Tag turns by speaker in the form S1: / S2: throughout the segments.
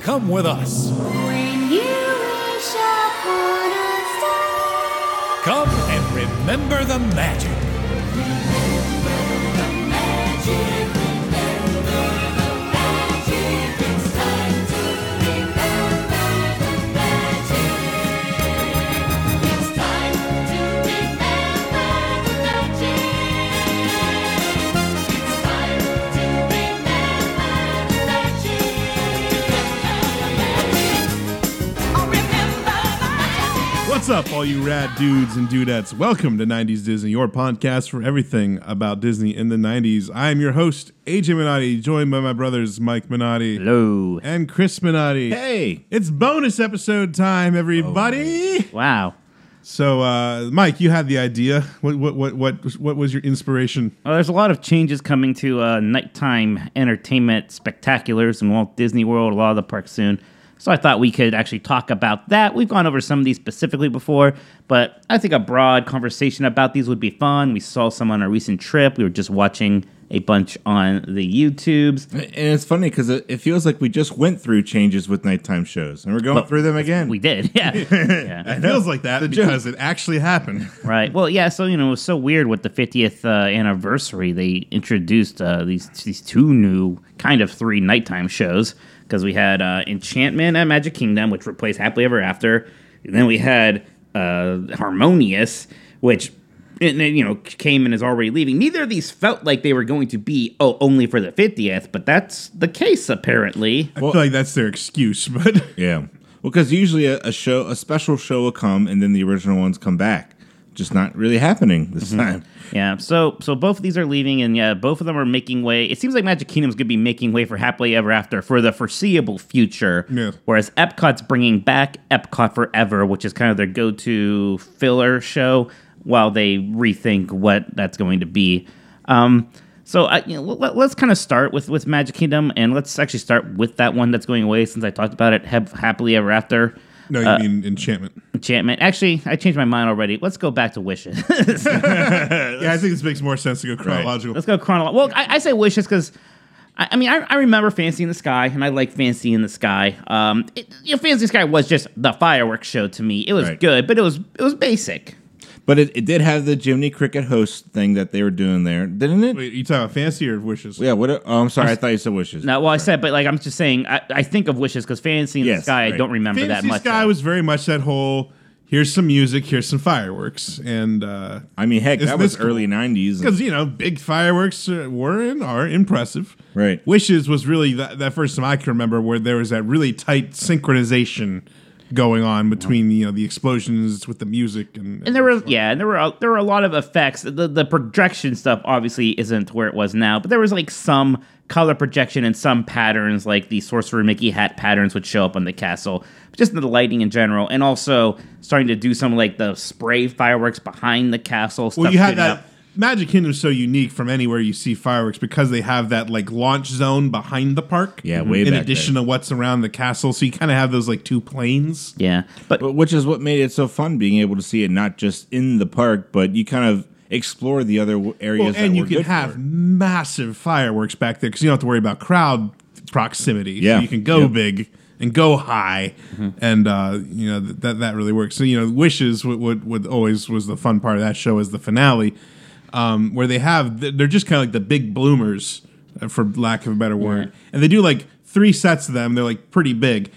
S1: Come with us.
S2: When you wish upon a star,
S1: Come and remember the magic.
S2: magic, remember the magic. It's time to remember the magic. It's time to remember the magic. It's time to remember the magic.
S3: What's up, all you rad dudes and dudettes? Welcome to 90s Disney, your podcast for everything about Disney in the 90s. I am your host, AJ Minotti, joined by my brothers, Mike Minotti
S4: Hello.
S3: and Chris Minotti.
S4: Hey.
S3: It's bonus episode time, everybody.
S4: Wow.
S3: So, uh, Mike, you had the idea. What, what, what, what, what was your inspiration?
S4: Well, there's a lot of changes coming to uh, nighttime entertainment spectaculars in Walt Disney World, a lot of the parks soon. So I thought we could actually talk about that. We've gone over some of these specifically before, but I think a broad conversation about these would be fun. We saw some on our recent trip. We were just watching a bunch on the YouTubes.
S5: And it's funny because it, it feels like we just went through changes with nighttime shows, and we're going through them again.
S4: We did, yeah. yeah.
S3: It feels like that because it actually happened.
S4: Right. Well, yeah. So you know, it was so weird with the 50th uh, anniversary. They introduced uh, these these two new kind of three nighttime shows because we had uh, Enchantment at Magic Kingdom, which replaced Happily Ever After, and then we had uh, Harmonious, which and then, you know came and is already leaving. Neither of these felt like they were going to be oh only for the 50th, but that's the case apparently.
S3: I feel like that's their excuse, but
S5: yeah, well, because usually a, a show, a special show, will come, and then the original ones come back. Just not really happening
S3: Mm-hmm.
S5: this time.
S4: Yeah, so so both of these are leaving, and yeah, both of them are making way. It seems like Magic Kingdom's gonna be making way for Happily Ever After for the foreseeable future.
S3: Yeah.
S4: Whereas Epcot's bringing back Epcot Forever, which is kind of their go-to filler show, while they rethink what that's going to be. Um, so I, you know, let, let's kind of start with with Magic Kingdom, and let's actually start with that one that's going away since I talked about it. Hap- Happily Ever After.
S3: no, you mean enchantment.
S4: Enchantment. Actually, I changed my mind already. Let's go back to Wishes.
S3: Yeah, I think this makes more sense to go chronological.
S4: Let's go chronological. Well, I, I say wishes because. I I mean, I, I remember Fancy in the Sky, and I like Fancy in the Sky. Um, it, you know, Fancy in the Sky was just the fireworks show to me. It was
S5: Right.
S4: good, but it was it was basic.
S5: But it, it did have the Jiminy Cricket host thing that they were doing there, didn't it?
S3: Wait, you talking about fancy or wishes?
S5: Yeah. What? a- Oh, I'm sorry. I thought you said wishes.
S4: Now, well, I said, but like I'm just saying, I, I think of wishes because Fancy in the
S5: Yes,
S4: Sky, I
S5: right.
S4: don't remember that
S3: Fantasy
S4: much.
S3: Sky
S4: of.
S3: was very much that whole here's some music, here's some fireworks, and because
S5: I mean, heck,
S3: Isn't
S5: that was
S3: this cool?
S5: early '90s. and-
S3: you know big fireworks uh, were and are impressive.
S5: Right.
S3: Wishes was really that, that first time I can remember where there was that really tight synchronization going on between you know the explosions with the music and,
S4: and there were yeah, and there were a, there were a lot of effects. The the projection stuff obviously isn't where it was now, but there was like some color projection and some patterns, like the Sorcerer Mickey hat patterns would show up on the castle, just the lighting in general, and also starting to do some like the spray fireworks behind the castle.
S3: well
S4: stuff
S3: you had
S4: shooting
S3: that.
S4: up.
S3: Magic Kingdom's so unique from anywhere you see fireworks because they have that like launch zone behind the park.
S5: Yeah, way
S3: In
S5: back
S3: addition to what's around the castle, so you kind of have those like two planes.
S4: Yeah, but
S5: But which is what made it so fun, being able to see it not just in the park, but you kind of explore the other w- areas.
S3: Well,
S5: that
S3: and you
S5: were
S3: can
S5: good for
S3: have
S5: it.
S3: massive fireworks back there because you don't have to worry about crowd proximity. So
S5: Yeah.
S3: you can go
S5: Yeah. Mm-hmm.
S3: big and go high, and uh, you know th- that that really works. So you know, wishes what what, what always was the fun part of that show is the finale, um, where they have th- they're just kind of like the big bloomers, uh, for lack of a better word, and they do like three sets of them. They're like pretty big.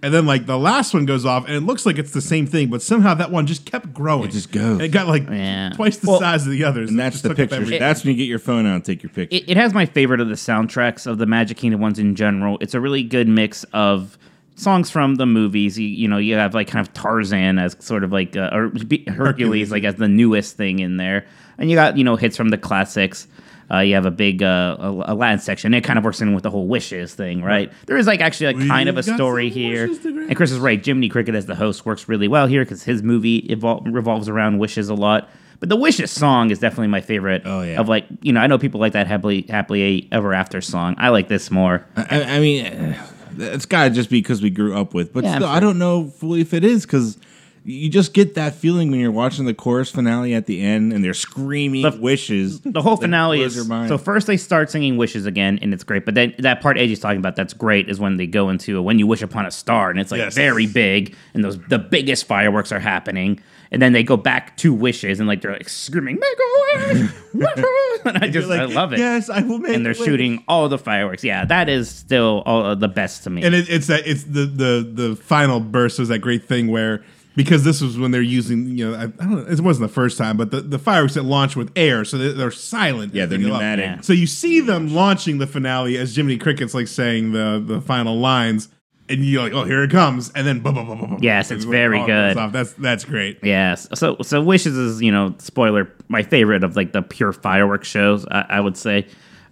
S3: And then, like the last one goes off, and it looks like it's the same thing, but somehow that one just kept growing. It
S5: just goes.
S3: And it got like
S4: Yeah.
S3: twice the
S4: Well,
S3: size of the others.
S5: And
S3: It
S5: that's
S3: just
S5: the
S3: took up
S5: picture.
S3: every-
S5: That's when you get your phone out and take your picture.
S4: it, it has my favorite of the soundtracks of the Magic Kingdom ones in general. It's a really good mix of songs from the movies. You, you know, you have like kind of Tarzan as sort of like uh, or be- Hercules, like as the newest thing in there, and you got you know hits from the classics. Uh, you have a big uh, Al- Aladdin section. It kind of works in with the whole wishes thing, right? There is like actually like kind of a
S3: got
S4: story
S3: some
S4: here.
S3: wishes to grant.
S4: And Chris is right. Jiminy Cricket as the host works really well here because his movie evol- revolves around wishes a lot. But the wishes song is definitely my favorite.
S5: Oh, yeah.
S4: Of like you know, I know people like that happily happily ever after song. I like this more.
S5: I, I mean, eh, it's got to just be because we grew up with. But
S4: Yeah,
S5: still,
S4: I'm
S5: I don't know fully if it is because you just get that feeling when you're watching the chorus finale at the end and they're screaming
S4: The-
S5: wishes.
S4: The whole
S5: that
S4: finale
S5: blows
S4: is
S5: your mind.
S4: so first they start singing wishes again, and it's great. But then that part Edgy's talking about that's great is when they go into when you wish upon a star, and it's like
S3: Yes.
S4: very big, and those the biggest fireworks are happening, and then they go back to wishes, and like they're like screaming make a wish, wish," and I just
S5: You're
S4: I
S5: like,
S4: love it.
S5: Yes, I will make.
S4: and they're
S5: a wish."
S4: shooting all the fireworks. Yeah, that is still all uh, the best to me.
S3: and it, it's that it's the the the final burst was that great thing where because this was when they're using you know I, I don't know it wasn't the first time but the, the fireworks that launch with air so they, they're silent
S5: Yeah, they're
S3: They go up.
S5: pneumatic.
S4: Yeah.
S3: so you see them launching the finale as Jiminy Cricket's like saying the the final lines and you're like oh here it comes and then blah, blah, blah, blah, blah.
S4: Yes, it's very
S3: all goes
S4: good.
S3: off. oh, that's that's great
S4: Yes. So so wishes is you know spoiler my favorite of like the pure fireworks shows I, I would say.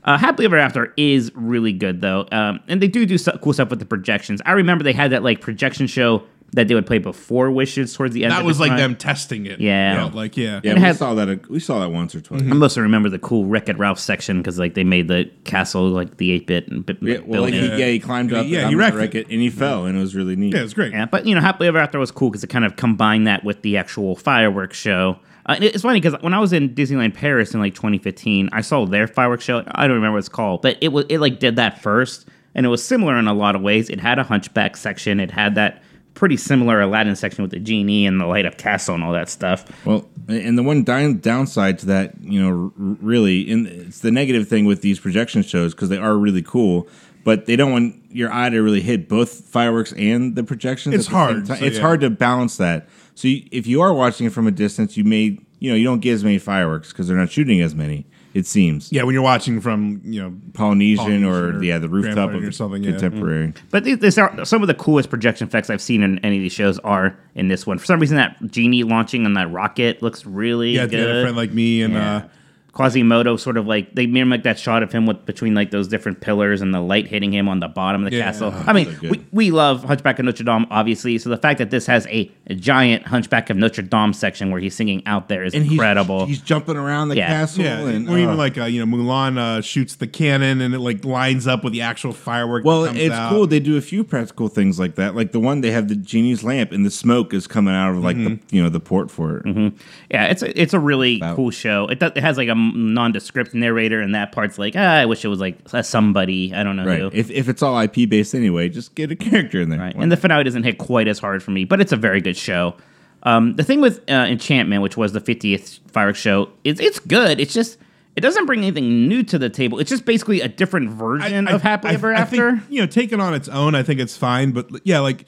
S4: Uh, Happily Ever After is really good though, um, and they do do so- cool stuff with the projections. I remember they had that like projection show that they would play before Wishes towards the end.
S3: that
S4: of
S3: was
S4: the
S3: like
S4: time.
S3: them testing it
S4: Yeah.
S3: You know, like yeah
S5: Yeah,
S4: It
S5: we
S4: had-
S5: saw that. a- We saw that once or twice.
S3: Mm-hmm.
S4: I mostly remember the cool Wreck It Ralph section because like they made the castle like the eight bit and bit
S5: Yeah, well, like,
S4: building.
S5: he, yeah, he climbed
S3: Yeah,
S5: up. and
S3: he
S5: I'm gonna
S3: wrecked
S5: wreck it, and he fell, and it was really neat.
S3: yeah it's great
S4: Yeah, but you know, happily ever after was cool because it kind of combined that with the actual fireworks show. Uh, and it's funny because when I was in Disneyland Paris in like 2015, I saw their fireworks show. I don't remember what it's called, but it was it like did that first, and it was similar in a lot of ways. It had a Hunchback section. It had that pretty similar Aladdin section with the genie and the light up castle and all that stuff.
S5: Well, and the one down, downside to that, you know, r- really, and it's the negative thing with these projection shows because they are really cool, but they don't want your eye to really hit both fireworks and the projections.
S3: It's
S5: at the same
S3: hard,
S5: time.
S3: so
S5: it's
S3: yeah.
S5: hard to balance that. So you, if you are watching it from a distance, you may, you know, you don't get as many fireworks because they're not shooting as many. It seems.
S3: yeah when you're watching from you know
S5: Polynesian, or,
S3: Polynesian or
S5: yeah, the rooftop
S3: Grand
S5: of
S3: Floridian
S5: the
S3: or something, yeah.
S5: contemporary.
S4: But these, these are some of the coolest projection effects I've seen in any of these shows are in this one. For some reason, that genie launching on that rocket looks really
S3: yeah
S4: good.
S3: they had a friend like me and
S4: Yeah.
S3: uh
S4: Quasimodo sort of like they mimic that shot of him with between like those different pillars and the light hitting him on the bottom of the
S3: Yeah.
S4: castle.
S3: Oh,
S4: I mean,
S5: so good.
S4: we, we love Hunchback of Notre Dame, obviously. So the fact that this has a, giant Hunchback of Notre Dame section where he's singing out there is
S5: And he's,
S4: incredible.
S5: He's jumping around the
S4: Yeah.
S5: castle,
S3: Yeah,
S5: and
S3: or
S5: uh,
S3: even like uh, you know Mulan uh, shoots the cannon and it like lines up with the actual firework. that
S5: Well,
S3: comes
S5: it's
S3: out.
S5: cool. They do a few practical things like that. Like the one they have the genie's lamp, and the smoke is coming out of like
S3: Mm-hmm.
S5: the you know the port for it.
S4: yeah, it's a, it's a really cool show. It, does, it has like a m- nondescript narrator, and that part's like, ah, I wish it was like a somebody. I don't know
S5: Right.
S4: who.
S5: If, if it's all IP based anyway, just get a character in there.
S4: Right. And the finale doesn't hit quite as hard for me, but it's a very good show. Um, the thing with uh, Enchantment, which was the 50th fireworks show, is it's good. It's just it doesn't bring anything new to the table. It's just basically a different version of Happily Ever After.
S3: think, you know, taken on its own, I think it's fine. But yeah, like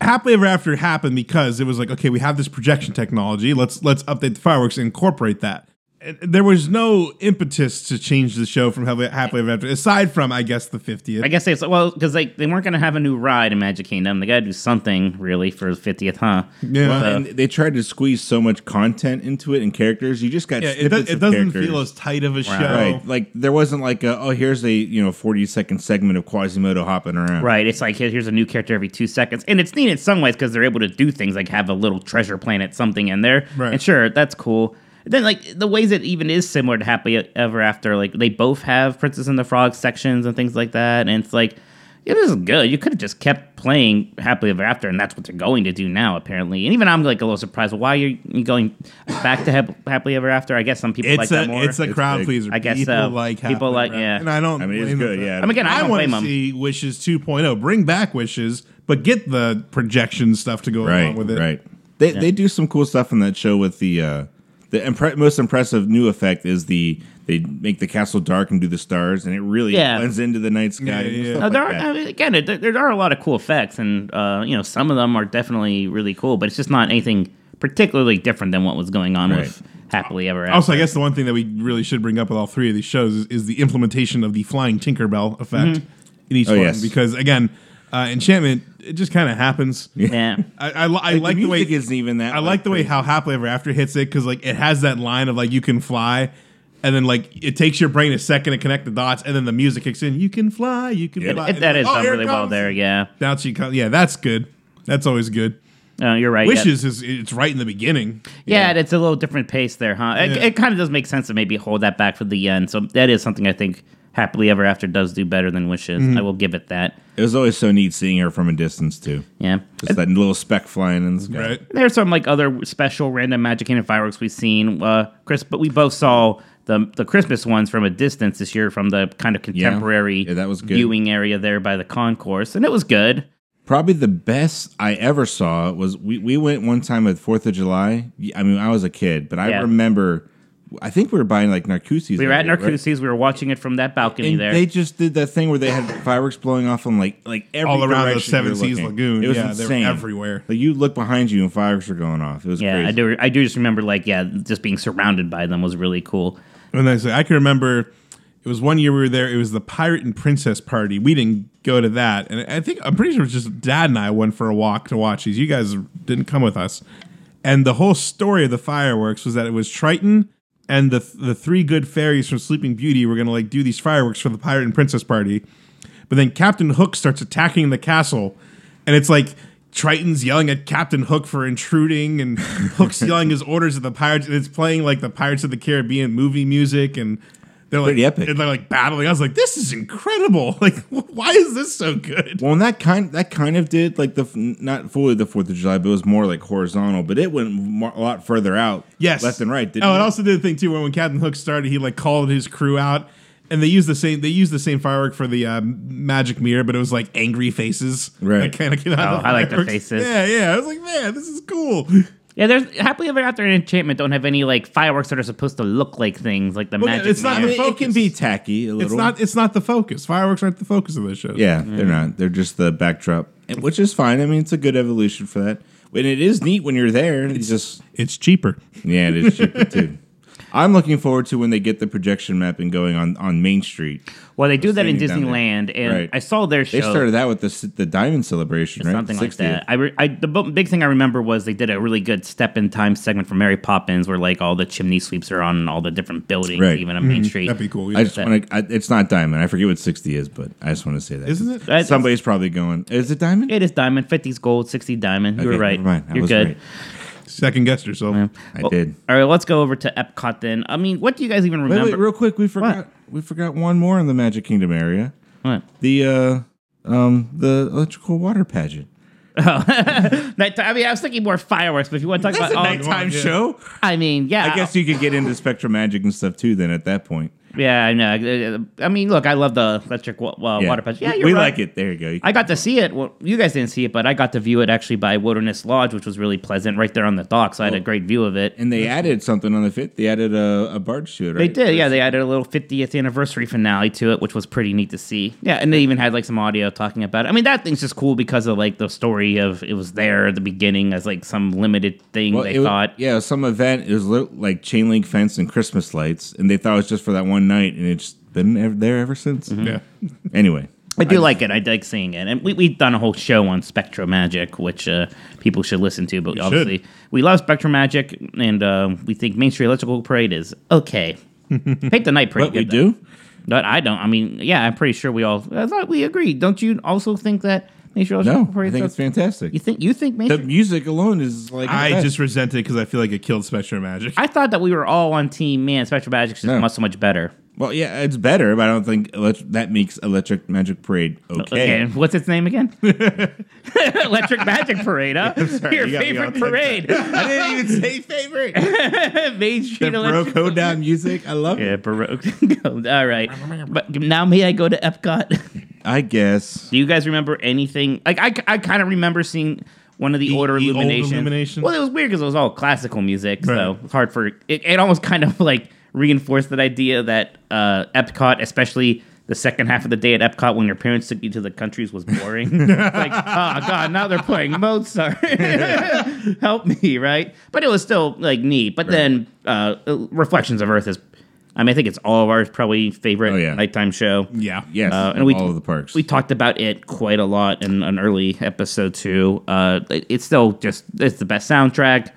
S3: Happily Ever After happened because it was like, okay, we have this projection technology. Let's let's update the fireworks and incorporate that. And there was no impetus to change the show from Happily Happily Ever After, aside from I guess the fiftieth.
S4: I guess it's well because like they weren't going to have a new ride in Magic Kingdom. They got to do something really for the 50th, huh?
S3: Yeah,
S5: Well,
S3: Uh,
S5: and they tried to squeeze so much content into it and characters. You just got
S3: yeah, it, does,
S5: snippets of
S3: it doesn't
S5: characters.
S3: feel as tight of a show.
S5: right. Like there wasn't like a, oh here's a you know forty second segment of Quasimodo hopping around.
S4: Right. It's like here- here's a new character every two seconds, and it's neat in some ways because they're able to do things like have a little treasure planet something in there.
S3: Right.
S4: And sure, that's cool. Then like the ways it even is similar to Happy Ever After, like they both have Princess and the Frog sections and things like that, and it's like. Yeah, this is good. You could have just kept playing Happily Ever After, and that's what they're going to do now, apparently. And even I'm like a little surprised. Why are you going back to Hap- Happily Ever After? I guess some people
S3: It's
S4: like
S3: a
S4: that more.
S3: it's a
S5: It's
S3: crowd
S5: big.
S3: pleaser.
S4: I guess
S3: people
S4: so.
S3: like
S4: People
S3: Happily
S4: like-
S3: Ever
S4: yeah.
S3: After. And I don't.
S5: I mean, it's
S3: blame them
S5: good,
S3: for
S5: yeah.
S3: that.
S4: I mean, again, I,
S3: I,
S4: don't
S3: want
S4: blame
S3: to
S4: them.
S3: see Wishes 2.0. Bring back Wishes, but get the projection stuff to go
S5: right,
S3: along with it.
S5: Right. They they do some cool stuff in that show with the uh, the impre- most impressive new effect is the they make the castle dark and do the stars and it really
S4: Yeah. Oh,
S5: blends into the night sky.
S3: Yeah,
S5: and
S3: yeah, yeah.
S5: stuff
S4: No, there
S5: like
S4: are
S5: that.
S4: I mean, again. There, there are a lot of cool effects, and uh, you know some of them are definitely really cool. But it's just not anything particularly different than what was going on with Happily Ever After.
S3: Also, I guess the one thing that we really should bring up with all three of these shows is, is the implementation of the flying Tinkerbell effect in each
S5: Oh,
S3: one.
S5: yes.
S3: Because again, uh, Enchantment it just kind of happens.
S4: yeah,
S3: I, I, li- I
S5: Like,
S3: like
S5: the
S3: the, way
S5: music isn't even that,
S3: I
S5: like,
S3: like, the way
S5: crazy.
S3: how Happily Ever After hits it because like it has that line of like you can fly, and then like it takes your brain a second to connect the dots, and then the music kicks in. You can fly, you can
S5: Yep.
S3: fly.
S4: It- that
S3: And,
S4: is
S3: like, oh,
S4: done
S3: here it
S4: really well
S3: comes.
S4: there. Yeah,
S3: Now she comes. Yeah, that's good. That's always good.
S4: uh, you're right. yeah.
S3: Wishes is it's right in the beginning.
S4: yeah, and it's a little different pace there, huh? It,
S3: Yeah.
S4: it kind of does make sense to maybe hold that back for the end. So that is something I think Happily Ever After does do better than Wishes.
S3: Mm-hmm.
S4: I will give it that.
S5: It was always so neat seeing her from a distance too.
S4: Yeah.
S5: Just that little speck flying in the sky.
S3: Right.
S4: There's some like other special random Magic Kingdom fireworks we've seen, uh, Chris. But we both saw the the Christmas ones from a distance this year from the kind of contemporary
S5: Yeah, that was good.
S4: viewing area there by the concourse, and it was good.
S5: Probably the best I ever saw was we, we went one time at Fourth of July. I mean, I was a kid, but I
S4: Yeah.
S5: remember. I think we were buying like Narcusis.
S4: We were at
S5: that day, right?
S4: Narcusi's. We were watching it from that balcony
S5: And
S4: there.
S5: they just did that thing where they had fireworks blowing off on like like every
S3: All around the
S5: direction
S3: Seven
S5: you were
S3: Seas
S5: looking.
S3: Lagoon.
S5: It was
S3: Yeah, they were
S5: insane.
S3: everywhere.
S5: Like you look behind you and fireworks are going off. It was
S4: yeah,
S5: crazy.
S4: I do. I do just remember like yeah, just being surrounded by them was really cool.
S3: And I say I can remember it was one year we were there. It was the pirate and princess party. We didn't go to that, and I think I'm pretty sure it was just dad and I went for a walk to watch these. You guys didn't come with us. And the whole story of the fireworks was that it was Triton and the the three good fairies from Sleeping Beauty were going to like do these fireworks for the pirate and princess party. But then Captain Hook starts attacking the castle, and it's like Triton's yelling at Captain Hook for intruding, and Hook's yelling his orders at the pirates. And it's playing like the Pirates of the Caribbean movie music, and they're like
S5: Pretty epic.
S3: and they're like battling. I was like, this is incredible! Like, why is this so good?
S5: Well, and that kind that kind of did like the f- not fully the Fourth of July, but it was more like horizontal. But it went more, a lot further out,
S3: Yes,
S5: left and right. Didn't
S3: oh,
S5: it?
S3: and also did the thing too where when Captain Hook started, he like called his crew out. And they used the same. They used the same firework for the um, magic mirror, but it was like angry faces.
S5: Right.
S3: That kind of came
S4: Oh,
S3: out of
S4: I like the
S3: fireworks.
S4: faces.
S3: Yeah, yeah. I was like, man, this is cool.
S4: Yeah, there's happily ever after and enchantment don't have any like fireworks that are supposed to look like things like the
S3: Well,
S4: magic.
S3: it's not-
S5: I
S4: Man.
S5: mean, it can
S3: focus.
S5: be tacky a little.
S3: It's not. Mm. It's not the focus. Fireworks aren't the focus of this show.
S5: yeah, they're not. They're just the backdrop, and- which is fine. I mean, it's a good evolution for that. And it is neat when you're there. It's just
S3: it's cheaper.
S5: yeah, it is cheaper too. I'm looking forward to when they get the projection mapping going on on Main Street.
S4: well, they do that in
S5: standing down
S4: Disneyland, and
S5: Right.
S4: I saw their show.
S5: They started that with the s- the Diamond Celebration, right?
S4: something like
S5: 60th.
S4: that. I, re- I the bo- big thing I remember was they did a really good step in time segment from Mary Poppins, where like all the chimney sweeps are on all the different buildings,
S5: Right.
S4: even on Main Street.
S3: Mm-hmm. That'd be cool.
S5: I just want to. It's not Diamond. I forget what 60 is, but I just want to say that.
S3: Isn't it?
S4: That's-
S5: Somebody's probably going. Is it Diamond?
S4: It is diamond, 50's gold, 60 diamond. you were
S5: Okay,
S4: right.
S5: never mind. I
S4: You're
S5: was
S4: good.
S5: right.
S3: Second guessed yourself.
S5: I did.
S4: All right, let's go over to Epcot then. I mean, what do you guys even
S5: Wait,
S4: remember?
S5: wait, real quick, we forgot we forgot one more in the Magic Kingdom area.
S4: What?
S5: The uh um the electrical water pageant.
S4: Nighttime- I mean, I was thinking more fireworks, but if you want to talk
S5: Oh,
S4: about all-
S3: nighttime yeah.
S5: show.
S4: I mean, yeah,
S5: I guess you could get into Spectrum Magic and stuff too. Then at that point,
S4: yeah, I know. I mean, look, I love the electric wa- wa- water punch. Yeah,
S5: We-
S4: you're
S5: we
S4: right.
S5: like it. There you go. You-
S4: I got to see it. Well, you guys didn't see it, but I got to view it actually by Wilderness Lodge, which was really pleasant, right there on the dock. So I had a great view of it.
S5: and they added something on the fifth. They added a, a barge to it.
S4: They
S5: Right?
S4: did, yeah. They added a little 50th anniversary finale to it, which was pretty neat to see. Yeah, and they even had like some audio talking about it. I mean, that thing's just cool because of like the story of it was there at the beginning as like some limited thing
S5: Well,
S4: they
S5: it wa-
S4: thought.
S5: yeah, some event. It was li- like chain link fence and Christmas lights, and they thought it was just for that one night, and it's been ev- there ever since.
S4: Mm-hmm.
S3: Yeah.
S5: Anyway,
S4: I do like it. I like seeing it. And we, we've done a whole show on Spectro Magic, which uh, people should listen to. But obviously, we love Spectro Magic, and uh, we think Main Street Electrical Parade is okay. Paint the Night Parade.
S5: but we do.
S4: But I don't. I mean, yeah, I'm pretty sure we all I thought we agreed. Don't you also think that Main Street Electrical
S5: No,
S4: Parade
S5: I think it's
S4: is okay?
S5: fantastic.
S4: You think you think Main
S5: the
S4: Street?
S5: music alone is like the
S3: I
S5: best.
S3: just resent it because I feel like it killed Spectrum Magic.
S4: I thought that we were all on team. Man, Spectrum Magic's just
S5: No.
S4: much so much better.
S5: well yeah it's better but i don't think elect- that makes electric magic parade okay,
S4: Okay, what's its name again? Electric Magic Parade, huh? Your
S5: you got me on
S4: favorite
S5: that.
S4: parade,
S5: i didn't even say favorite
S4: Main
S5: the
S4: Street Electric.
S5: broco down music i love
S4: Yeah,
S5: it
S4: Baroque. all right, but now may I go to Epcot?
S5: i guess
S4: Do you guys remember anything? Like I, I kind of remember seeing one of the, order
S3: the old
S4: illuminations.
S3: illuminations?
S4: Well, it was weird because it was all classical music, so
S3: Right.
S4: it's hard for it, it. Almost kind of like reinforced that idea that uh, Epcot, especially the second half of the day at Epcot when your parents took you to the countries, was boring. It's like, oh god, now they're playing Mozart. Help me, right? But it was still like neat. But then uh, Reflections of Earth is. I mean, I think it's all of our probably favorite
S5: Oh, yeah.
S4: nighttime show.
S3: yeah.
S5: yes
S4: Uh, and
S5: and
S4: we-
S5: we all of the parks
S4: We talked about it quite a lot in an early episode too. Uh, it- it's still just it's the best soundtrack.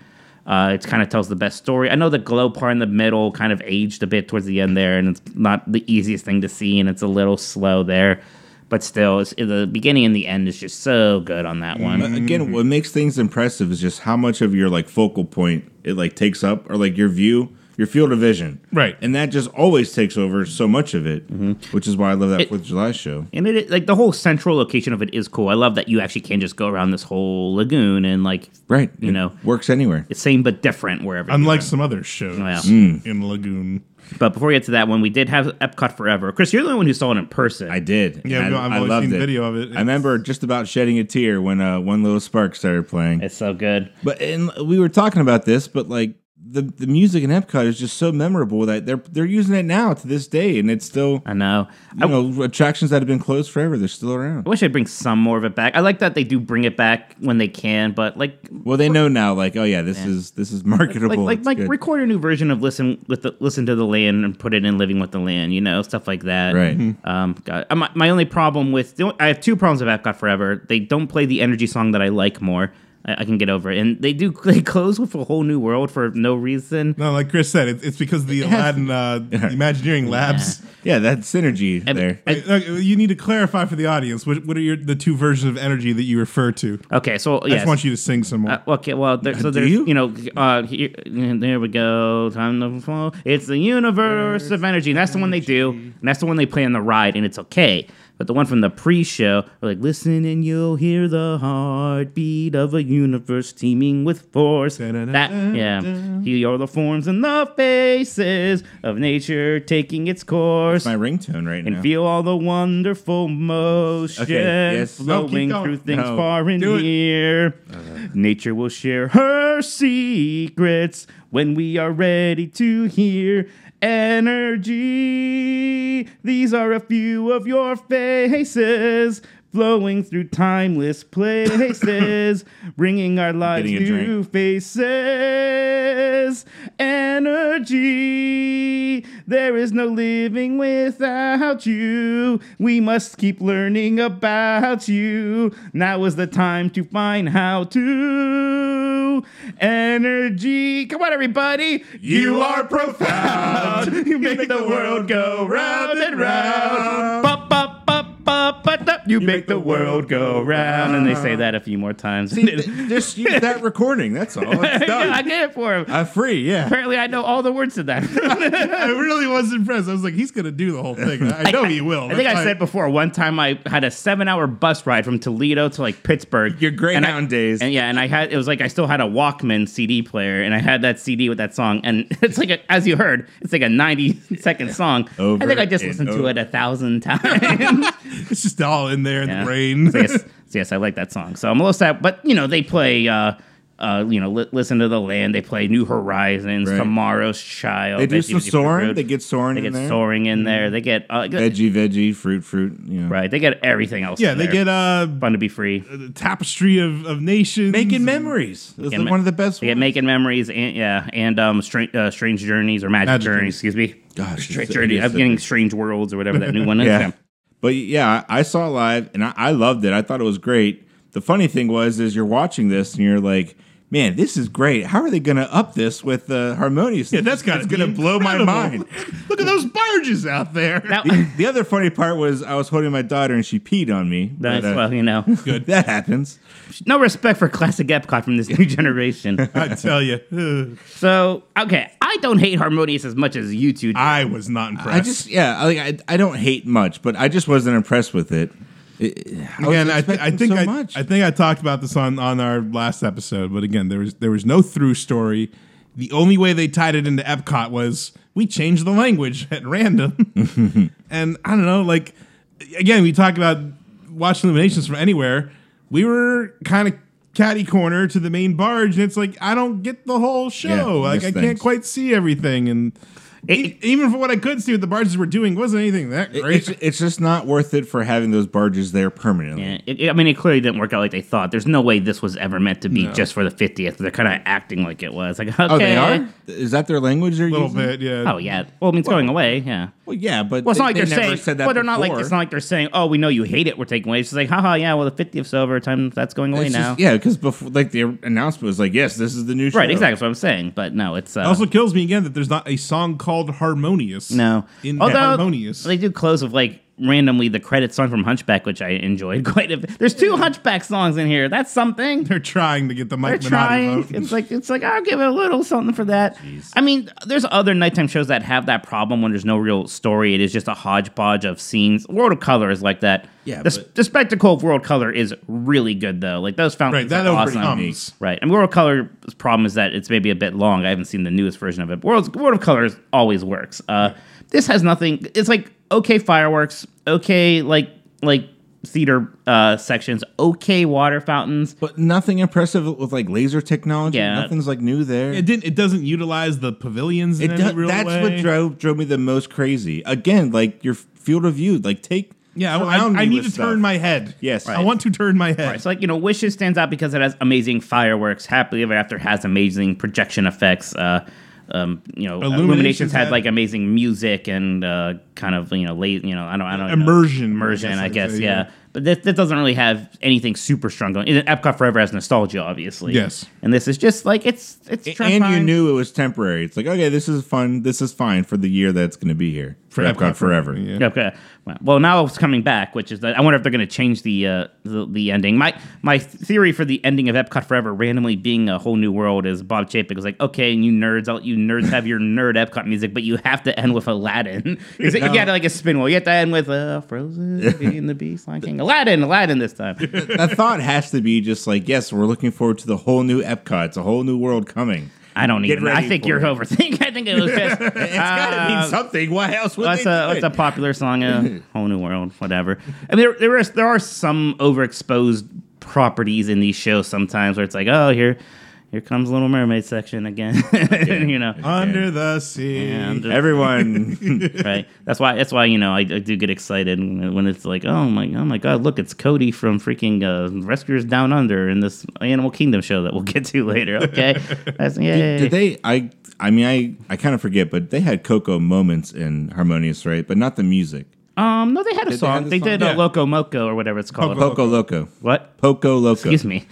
S4: Uh, it kind of tells the best story. I know the glow part in the middle kind of aged a bit towards the end there, and it's not the easiest thing to see, and it's a little slow there. But still, it's, the beginning and the end is just so good on that one.
S5: But
S3: Mm-hmm.
S5: again what makes things impressive is just how much of your like focal point it like takes up or like your view your field of vision,
S3: Right. Mm-hmm.
S5: And that just always takes over so much of it, which is why I love that
S4: It-
S5: Fourth of July show.
S4: And it like the whole central location of it is cool. I love that you actually can just go around this whole lagoon and like
S5: Right,
S4: You
S5: It
S4: know.
S5: works anywhere.
S4: it's same but different wherever. you
S3: Unlike
S4: go.
S3: some other shows
S4: Oh, Yeah.
S3: in Lagoon.
S4: but before we get to that one, we did have Epcot Forever. Chris, you're the only one who saw it in person.
S5: I did.
S3: Yeah,
S5: and
S3: no,
S5: I,
S3: I've
S5: I
S3: only
S5: loved
S3: seen
S5: it.
S3: video of it.
S5: I remember just about shedding a tear when uh, One Little Spark started playing.
S4: it's so good.
S5: But and we were talking about this, but like the the music in Epcot is just so memorable that they're they're using it now to this day, and it's still
S4: I know.
S5: you know attractions that have been closed forever. They're still around.
S4: I wish I'd bring some more of it back. I like that they do bring it back when they can, but like
S5: Well, they know now, like oh yeah, this is this is
S4: like
S5: marketable.
S4: like,
S5: It's
S4: like
S5: good.
S4: record a new version of listen with the listen to the land and put it in living with the land, you know, stuff like that.
S5: Right.
S3: Mm-hmm.
S5: Mhm.
S4: Um. God, uh, my, my only problem with the only- I have two problems with Epcot Forever. They don't play the energy song that I like more. I, I can get over it, and they do they close with a whole new world for no reason.
S3: No, like Chris said, it, it's because the Aladdin uh, the Imagineering Labs.
S5: yeah, that synergy
S4: And-
S5: there.
S4: and-
S3: Wait, look, you need to clarify for the audience what, what are your the two versions of energy that you refer to.
S4: okay, so
S3: I
S4: yes.
S3: just want you to sing some more.
S4: Uh, okay, well, there, so
S5: do
S4: there's, you?
S5: you?
S4: know, uh, here, there we go. Time to fall. It's the universe of energy. And that's the one they do, and that's the one they play on the ride, and it's okay. But the one from the pre-show, they're like, listen and you'll hear the heartbeat of a universe teeming with force. That, yeah. Here are the forms and the faces of nature taking its course.
S5: My ringtone right
S4: And
S5: now.
S4: feel all the wonderful motion
S5: yes. No,
S3: keep
S4: flowing
S3: going.
S4: through things
S5: No. Uh.
S4: far and
S3: Do it.
S4: near. Nature will share her secrets when we are ready to hear energy. These are a few of your faces. Flowing through timeless places, bringing our lives
S5: Getting a drink.
S4: new faces. Energy. There is no living without you. We must keep learning about you. Now is the time to find how to. Energy. Come on, everybody.
S3: You are profound.
S4: You make, the, world go round and round. Bop, bop, bop, bop, bop, bop. You, make, the world go round. And they say that a few more times.
S5: just use that recording. That's all. It's
S4: Yeah, I
S5: done.
S4: get it for him.
S5: I'm free. Yeah.
S4: Apparently, I know all the words to that.
S3: I really was impressed. I was like, he's going to do the whole thing. I know he will.
S4: I think
S3: That's
S4: I said
S3: why-
S4: before one time I had a seven hour bus ride from Toledo to like Pittsburgh.
S5: Your
S4: and I-
S5: Greyhound days.
S4: And yeah, and I had it was like I still had a Walkman CD player, and I had that CD with that song, and it's like a, as you heard, it's like a ninety second song.
S5: Over
S4: I think I just
S5: and
S4: listened to
S5: over.
S4: it a thousand times.
S3: it's just all in there in
S4: Yeah.
S3: the brain.
S4: so yes, so yes, I like that song. So I'm a little sad, but you know they play. uh uh, you know, li- listen to the land. They play New Horizons,
S5: Right.
S4: Tomorrow's Child.
S5: They do
S4: Veggie
S5: some
S4: Veggie
S5: soaring.
S4: Fruit.
S5: They get soaring
S4: They
S5: in
S4: get
S5: there.
S4: soaring in there. They get uh,
S5: Veggie, veggie, fruit, fruit. You know.
S4: right. They get everything else.
S3: yeah,
S4: in
S3: they
S4: there.
S3: get uh,
S4: fun to be free.
S3: the tapestry of, of nations.
S5: Making
S3: and-
S5: memories. This
S4: Making
S5: is one of the best.
S4: They get
S5: ones.
S4: making memories and yeah, and um, strange, uh, strange journeys or magic,
S3: Magic
S4: journeys. Excuse me.
S5: Gosh,
S4: Strange
S5: it's-
S4: journey.
S5: it is
S4: I'm
S5: so
S4: getting
S5: good.
S4: strange worlds or whatever that new one is.
S5: Yeah. But yeah, I I saw it live and I, I loved it. I thought it was great. The funny thing was is you're watching this and you're like, man, this is great. How are they gonna up this with the harmonious?
S3: Yeah, that's got
S5: It's gonna blow my mind.
S3: Look at those barges out there.
S4: Now,
S5: The, the other funny part was I was holding my daughter and she peed on me.
S4: that's,
S5: But, uh,
S4: well, you know,
S5: That happens.
S4: no respect for classic Epcot from this new generation.
S3: I tell you,
S4: so okay, I don't hate Harmonious as much as you two. do.
S3: I was not impressed.
S5: I just yeah, I, like I, I don't hate much, but I just wasn't impressed with it. It- I was
S3: again, I, th- I
S5: expecting
S3: think
S5: so
S3: I,
S5: much.
S3: I think I talked about this on, on our last episode, but again, there was there was no through story. The only way they tied it into Epcot was we changed the language at random, and I don't know. Like again, we talk about watching Illuminations from anywhere. We were kind of catty corner to the main barge, and it's like I don't get the whole show.
S5: Yeah,
S3: like I
S5: miss
S3: can't
S5: things.
S3: quite see everything, and e- even for what I could see, what the barges were doing wasn't anything that
S5: It-
S3: great.
S5: it's, it's just not worth it for having those barges there permanently.
S4: Yeah, it- it- I mean, it clearly didn't work out like they thought. There's no way this was ever meant to be just for the 50th. They're kind of acting like it was. Like, okay.
S5: Oh, they are. Is that their language? They're
S3: a little
S5: using?
S3: bit, yeah.
S4: Oh yeah. Well, I mean, it's going away. Yeah.
S5: Well, yeah, but
S4: Well, it's not like
S5: they,
S4: they are
S5: they never
S4: saying.
S5: said that
S4: well, they're not like
S5: before.
S4: it's not like they're saying. Oh, we know you hate it. We're taking away. It's just like, haha, yeah. Well, the 50th's over. Time that's going away
S5: It's
S4: now.
S5: just- yeah, because before, like the announcement was like, yes, this is the new show.
S4: Right. Exactly. That's what I'm saying. But no, it's uh,
S3: It also kills me again that there's not a song called Harmonious.
S4: no.
S3: In
S4: Although
S3: Harmonious.
S4: they do close with like randomly the credit song from Hunchback, which I enjoyed quite a bit. There's two Hunchback songs in here. That's something.
S3: They're trying to get the
S4: They're
S3: Mike Minotti
S4: trying.
S3: vote.
S4: It's like it's like I'll give it a little something for that. I mean, there's other nighttime shows that have that problem when there's no real story. It is just a hodgepodge of scenes. World of Color is like that.
S5: Yeah,
S4: the, s-
S5: but-
S4: the spectacle of World of Color is really good though. Like those fountains
S3: right, that
S4: are awesome.
S3: overcomes.
S4: Right, and World of Color's problem is that it's maybe a bit long. I haven't seen the newest version of it. World World of Color is- always works. Uh, this has nothing. It's like okay fireworks, okay like like theater uh, sections, okay water fountains.
S5: But nothing impressive with like laser technology.
S4: Yeah.
S5: Nothing's like new there.
S3: It didn't. It doesn't utilize the pavilions in
S5: It
S3: any
S5: does,
S3: real
S5: that's
S3: way.
S5: what drove drove me the most crazy. Again, like your field of view, like take
S3: Yeah, I,
S5: surround
S3: I, I
S5: me
S3: need
S5: with
S3: to
S5: stuff.
S3: turn my head.
S5: Yes.
S3: I
S5: Right.
S3: want to turn my head.
S4: Right, so like you know, Wishes stands out because it has amazing fireworks. Happily Ever After has amazing projection effects. Uh, um, you know,
S3: Illuminations
S4: Illuminations, had
S3: had-
S4: like amazing music and uh, kind of you know late you know I don't I don't
S3: Immersion,
S4: know, immersion I guess,
S3: I'd say,
S4: yeah. But this, this doesn't really have anything super strong going. And Epcot Forever has nostalgia, obviously.
S3: Yes.
S4: and this is just like it's it's
S5: A-
S4: trying
S5: and
S4: to
S5: you
S4: find-
S5: knew it was temporary. It's like okay, this is fun. This is fine for the year that's going to be here for Epcot, forever.
S3: Yeah.
S4: Okay. Well, Well, now it's coming back, which is that I wonder if they're going to change the, uh, the the ending. My my theory for the ending of Epcot Forever randomly being a whole new world is Bob Chapek was like, okay, and you nerds, all you nerds have your nerd Epcot music, but you have to end with Aladdin. Is it, You had like a spin wheel. You have to end with uh, Frozen, Beauty and the Beast, Lion King, Aladdin, Aladdin this time.
S5: the thought has to be just like yes, we're looking forward to the whole new Epcot. It's a whole new world coming.
S4: I don't
S5: Get
S4: even. I
S5: ready
S4: think
S5: for
S4: you're
S5: it.
S4: overthinking. I think it was just. uh,
S5: It's got to
S3: Uh,
S5: mean something. Why else would
S4: That's
S5: they
S4: a
S5: do it?
S4: that's a popular song, a whole new world, whatever. I mean, there there is there are some overexposed properties in these shows sometimes where it's like, oh, here here comes Little Mermaid section again, you know.
S3: Under the sea.
S4: And,
S5: Um, Everyone,
S4: right. That's why. That's why you know I, I do get excited when when it's like, oh my, oh my God, look, it's Cody from freaking uh, Rescuers Down Under in this Animal Kingdom show that we'll get to later. Okay, that's yay.
S5: did they? I, I mean, I, I kind of forget, but they had Coco moments in Harmonious, right? But not the music.
S4: um, no, they had a
S5: Did they
S4: song.
S5: have the
S4: They,
S5: song?
S4: did a
S3: Yeah.
S4: Loco Moco or whatever it's called.
S5: Poco Loco.
S4: What?
S5: Poco Loco.
S4: Excuse me.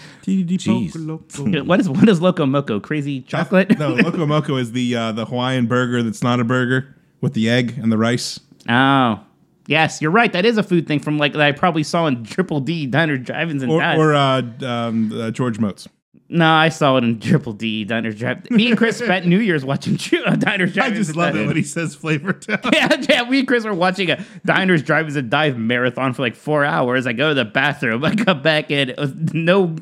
S3: Jeez.
S4: What is what is Loco Moco? Crazy chocolate?
S3: no, Loco Moco is the uh, the Hawaiian burger that's not a burger with the egg and the rice.
S4: oh. Yes, you're right. That is a food thing from like that I probably saw in Triple D Diner Drive-ins and
S3: Or,
S4: Dives.
S3: or uh, d- um, uh, George Moats.
S4: no, I saw it in Triple D Diner Drive. Me and Chris spent New Year's watching Tri- uh, Diner
S3: I
S4: Drive-ins.
S3: just
S4: and
S3: love it
S4: Dives.
S3: when he says flavor town.
S4: Yeah, yeah, we and Chris were watching a Diners, Drive-ins, and Dive marathon for like four hours. I go to the bathroom, I come back in with no,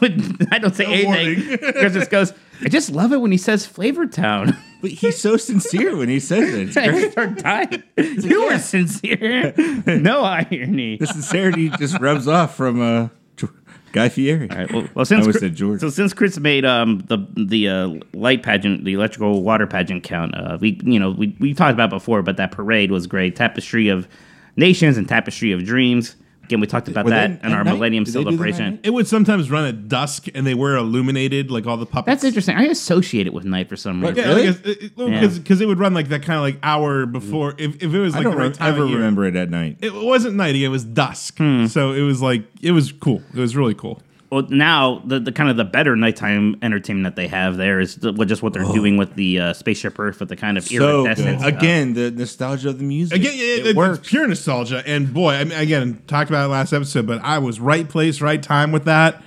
S4: with, I don't say anything. Chris just goes, I just love it when he says Flavor Town.
S5: But he's so sincere when he says it. It's
S4: I
S5: great.
S4: start dying. You were sincere. No irony.
S5: The sincerity just rubs off from uh, G- Guy Fieri.
S4: All right, well, well,
S5: I
S4: since
S5: always
S4: Chris,
S5: said George.
S4: so since Chris made um, the the uh, light pageant, the electrical water pageant count, uh, we you know we we talked about before, but that parade was great. Tapestry of Nations and Tapestry of Dreams. Again, we talked about
S5: Were they
S4: that in
S5: at
S4: our
S5: night?
S4: Millennium
S5: Did they do that at
S4: celebration.
S5: night?
S3: It would sometimes run at dusk, and they were illuminated, like all the puppets.
S4: That's interesting. I associate it with night for some reason.
S5: Right,
S3: Yeah,
S5: Really?
S3: because it, it, well,
S4: Yeah.
S3: 'cause- 'cause it would run like that kind of like hour before. If, if it was
S5: Mm. I
S3: like
S5: don't
S3: the right
S5: re-
S3: time
S5: ever
S3: of year.
S5: remember it at night.
S3: It wasn't night; it was dusk.
S5: Hmm.
S3: So it was like it was cool. It was really cool.
S4: well, now the, the kind of the better nighttime entertainment that they have there is the, what just what they're doing with the uh, spaceship Earth with the kind of
S5: Oh. So good.
S4: iridescent stuff.
S5: Again, the nostalgia of the music.
S3: Again, yeah,
S5: it,
S3: it,
S5: works.
S3: it's pure nostalgia. And boy, I mean, again, talked about it last episode, but I was right place, right time with that.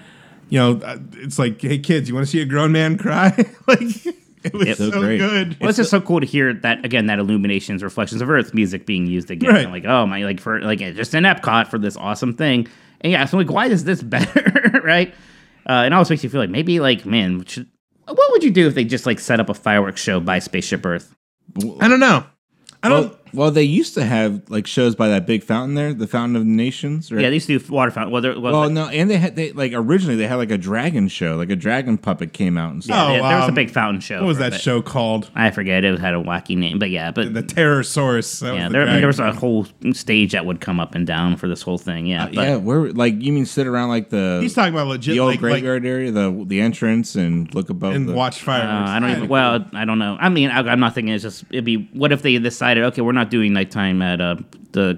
S3: You know, uh, it's like, hey kids, you want to see a grown man cry? like it was
S4: Yep.
S3: so,
S5: So great.
S3: good.
S4: Well, it's just so cool to hear that again. That illuminations, reflections of Earth music being used again.
S3: Right.
S4: And Like, oh my, like for like it's just an Epcot for this awesome thing. And yeah, so like, why is this better, right? Uh, it always makes you feel like maybe like man, should, what would you do if they just like set up a fireworks show by Spaceship Earth?
S3: I don't know. I don't.
S5: Well, well, they used to have like shows by that big fountain there, the Fountain of the Nations. Right?
S4: Yeah, they used to do water fountain. Well, there was
S5: Well,
S4: like,
S5: no, and they had they like originally they had like a dragon show, like a dragon puppet came out and stuff.
S3: Oh,
S4: yeah, there was a
S3: um,
S4: big fountain show.
S3: what was
S4: for a
S3: that
S4: bit.
S3: show called?
S4: I forget. It had a wacky name, but yeah, but
S3: The Terrorsaurus. That
S4: yeah,
S3: was
S4: there, I
S3: the
S4: mean,
S3: dragon.
S4: there was a whole stage that would come up and down for this whole thing.
S3: Uh,
S4: Yeah, but
S5: yeah, where like you mean sit around like the
S3: He's talking about legit
S5: the old
S3: like, like
S5: graveyard area, the the entrance, and look above
S3: and
S5: the,
S3: watch fireworks.
S4: Uh, I don't even. Well, I don't know. I mean, I, I'm not thinking it's just. It'd be what if they decided, okay, we're not doing nighttime at uh, the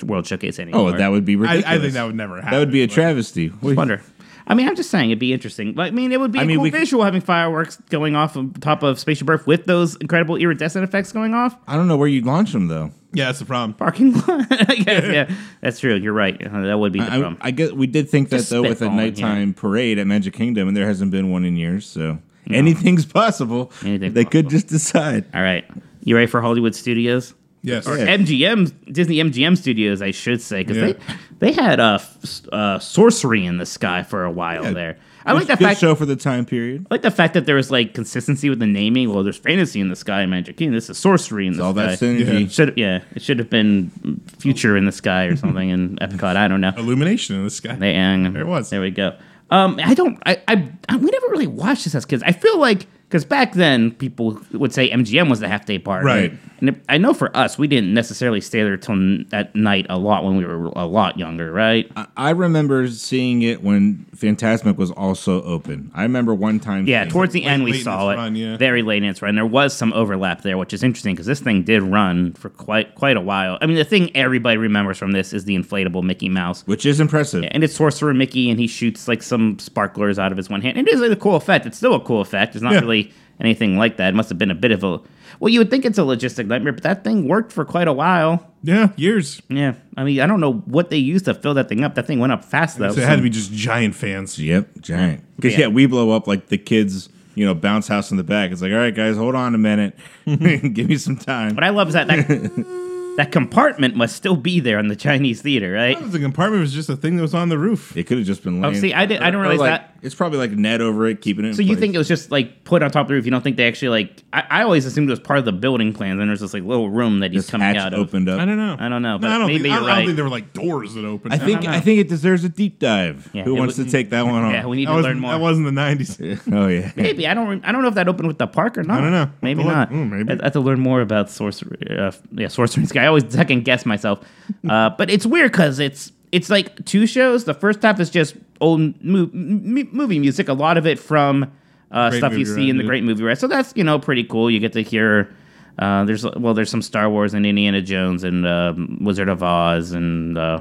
S4: uh, World Showcase anymore.
S5: Oh, that would be
S3: I,
S5: ridiculous.
S3: I think that would never happen.
S5: that would be a travesty.
S4: wonder. I mean, I'm just saying it'd be interesting. But, I mean, it would be a
S5: I mean,
S4: cool
S5: we c-
S4: visual having fireworks going off on top of Spaceship Earth with those incredible iridescent effects going off.
S5: I don't know where you'd launch them though.
S3: Yeah, that's the problem.
S4: Parking lot. I guess, yeah, that's true. You're right. Uh, that would be the
S5: I,
S4: problem.
S5: I guess we did think that
S4: Just
S5: though with a
S4: spitballing, yeah.
S5: nighttime parade at Magic Kingdom, and there hasn't been one in years, so anything's possible.
S4: Anything
S5: they could
S4: possible.
S5: just decide.
S4: All right, you ready for Hollywood Studios?
S3: Yes.
S5: Yeah.
S4: MGM Disney MGM Studios, I should say, because
S3: Yeah.
S4: they they had uh, f- s- uh, sorcery in the sky for a while
S5: Yeah.
S4: there. I like the
S5: good
S4: fact
S5: show for the time period.
S4: I like the fact that there was like consistency with the naming. Well, there's fantasy in the sky, in Magic Kingdom. This is sorcery in the
S5: All
S4: sky.
S5: that synergy.
S4: should yeah, it should have been future in the sky or something in Epcot. I don't know.
S3: Illumination in the sky.
S4: They and
S3: There it was.
S4: There we go. Um, I don't. I, I, I we never really watched this as kids. I feel like because back then people would say MGM was the half day park,
S3: Right.
S4: And it, I know for us, we didn't necessarily stay there till n- at night a lot when we were a lot younger, right?
S5: I, I remember seeing it when Fantasmic was also open. I remember one time.
S4: yeah,
S5: seeing
S4: towards
S5: it.
S4: the end
S3: late
S4: we
S3: in
S4: saw it
S3: its run, yeah.
S4: very late in its run. There was some overlap there, which is interesting because this thing did run for quite quite a while. I mean, the thing everybody remembers from this is the inflatable Mickey Mouse.
S5: which is impressive.
S4: and it's Sorcerer Mickey, and he shoots like some sparklers out of his one hand. And it is like, a cool effect. It's still a cool effect. It's not
S3: Yeah.
S4: really anything like that. It must have been a bit of a well, you would think it's a logistic nightmare, but that thing worked for quite a while.
S3: Yeah, years.
S4: Yeah, I mean, I don't know what they used to fill that thing up. That thing went up fast though.
S3: So it had to be just giant fans.
S5: Yep, giant. Because
S4: Yeah.
S5: yeah. we blow up like the kids, you know, bounce house in the back. It's like, all right, guys, hold on a minute, give me some time.
S4: what I love is that that, that compartment must still be there in the Chinese theater, right?
S3: The compartment was just a thing that was on the roof.
S5: It could have just been. Laying,
S4: Oh, see, I didn't- I didn't
S5: or,
S4: realize
S5: like,
S4: that.
S5: It's probably like a net over it, keeping it. in
S4: So you
S5: place.
S4: think it was just like put on top of the roof? You don't think they actually like? I, I always assumed it was part of the building plan. Then there's this like little room that he's
S5: this
S4: coming
S5: hatch
S4: out of.
S5: opened up?
S3: I don't know.
S4: I don't know,
S3: No,
S4: but
S3: I don't
S4: maybe
S3: think, I,
S4: you're
S3: I
S4: right.
S3: don't think there were like doors that opened.
S5: I think I think it deserves a deep dive.
S4: Yeah,
S5: Who
S4: it
S5: wants to
S4: was-
S5: take that one on?
S4: Yeah, we need
S3: that
S4: to
S3: was,
S4: learn more.
S3: That wasn't the nineties.
S5: oh yeah.
S4: Maybe I don't. rem- I don't know if that opened with the park or not.
S3: I don't know.
S4: Maybe
S3: We'll have
S4: not.
S3: to look. Mm, maybe.
S4: I, I have to learn more about sorcery. Uh, yeah, sorcery sky. I always second guess myself. Uh, but it's weird because it's it's like two shows. The first half is just old mo- m- movie music. A lot of it from uh,
S3: Great
S4: stuff you
S3: movie,
S4: see
S3: right,
S4: in the
S3: yeah.
S4: Great Movie Right. So that's you know pretty cool. You get to hear. Uh, there's well, there's some Star Wars and Indiana Jones and uh, Wizard of Oz and uh,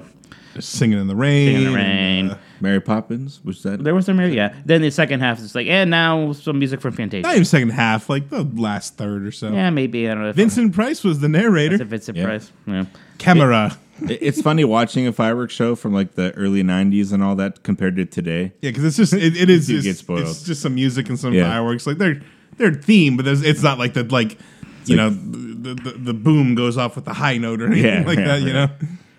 S3: Singing in the rain.
S4: Singing in the Rain.
S3: and, uh,
S5: Mary Poppins was that?
S4: there was some yeah. Then the second half is like, and now some music from Fantasia.
S3: not even second half, like the last third or so.
S4: Yeah, maybe I don't know. if-
S3: Vincent Price was the narrator.
S4: It's a Vincent
S5: Yeah.
S4: Price. Yeah.
S3: Camera.
S5: It- it's funny watching a fireworks show from like the early '90s and all that compared to today.
S3: Yeah, because it's just it, it is
S5: You
S3: it's,
S5: do get spoiled.
S3: it's just some music and some
S5: Yeah.
S3: fireworks. Like they're they're themed, but there's it's not like the like you know the, the the boom goes off with the high note or anything
S5: Yeah,
S3: like
S5: yeah,
S3: that. You
S5: yeah.
S3: know,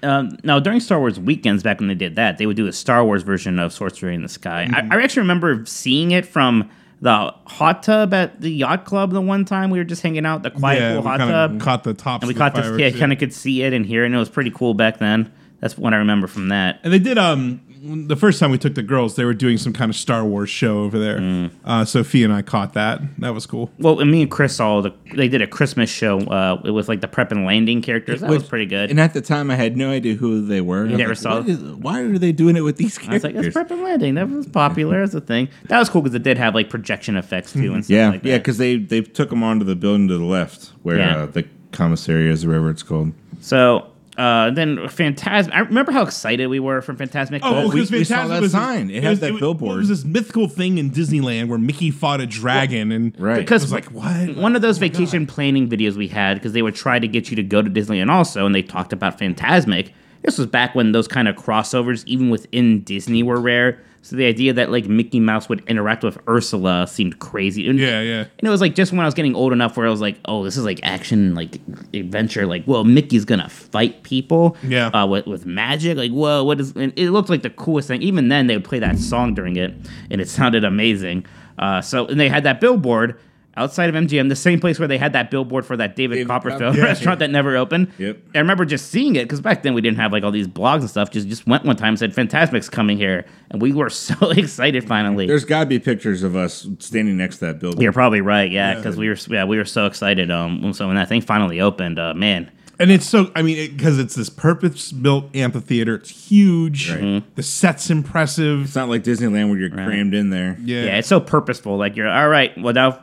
S4: Um, now, during Star Wars weekends, back when they did that, they would do a Star Wars version of Sorcery in the Sky.
S3: Mm-hmm.
S4: I, I actually remember seeing it from the hot tub at the yacht club the one time we were just hanging out, the quiet
S3: yeah,
S4: pool
S3: we
S4: hot
S3: kinda
S4: tub.
S3: caught the tops.
S4: and we
S3: of the
S4: caught this,
S3: fireworks,
S4: yeah, kind of could see it and hear it, and it was pretty cool back then. That's what I remember from that.
S3: And they did um the first time we took the girls, they were doing some kind of Star Wars show over there.
S5: Mm.
S3: Uh, Sophie and I caught that. That was cool.
S4: Well, and me and Chris saw the they did a Christmas show uh, with like the prep and landing characters. That
S5: Which-
S4: was pretty good.
S5: And at the time, I had no idea who they were. You
S4: never saw
S5: why are they doing it with these
S4: I was like,
S5: characters?
S4: that's prep and landing. That was popular as a thing. That was cool because it did have like projection effects too
S3: Mm-hmm.
S4: and stuff
S5: yeah,
S4: like that.
S5: yeah, because they they took them onto the building to the left where
S4: Yeah.
S5: uh, the commissary is, or whatever it's called.
S4: So uh, then Fantasmic. I remember how excited we were from Fantasmic.
S5: well,
S4: Oh,
S5: we- we saw that
S3: was this-
S5: sign. It had
S3: was-
S5: that
S3: was-
S5: billboard.
S3: It was this mythical thing in Disneyland where Mickey fought a dragon and
S5: Right.
S3: It
S4: because
S3: was like oh what?
S4: one of those vacation planning videos we had because they would try to get you to go to Disneyland also, and they talked about Fantasmic. This was back when those kind of crossovers, even within Disney, were rare. So the idea that like Mickey Mouse would interact with Ursula seemed crazy. And-
S3: Yeah, yeah.
S4: And it was like just when I was getting old enough where I was like, oh, this is like action, like adventure. Like, well, Mickey's gonna fight people.
S3: Yeah.
S4: Uh, with, with magic. Like, whoa, what is. And it looked like the coolest thing. Even then, they would play that song during it, and it sounded amazing. Uh, so, and they had that billboard outside of MGM, the same place where they had that billboard for that David
S5: David
S4: Copperfield
S5: Copperfield. Yeah.
S4: restaurant that never opened.
S5: Yep.
S4: I remember just seeing it because back then we didn't have like all these blogs and stuff. Just just went one time and said, Fantasmic's coming here. And we were so excited finally.
S5: There's got to be pictures of us standing next to that building.
S4: You're probably right, yeah, because we were yeah we were so excited. Um, when- so when that thing finally opened, uh, man,
S3: And it's so, I mean, because it's this purpose built amphitheater. It's huge.
S5: Mm-hmm.
S3: The set's impressive.
S5: It's not like Disneyland where you're crammed in there.
S4: yeah, it's so purposeful. Like you're all right. Well now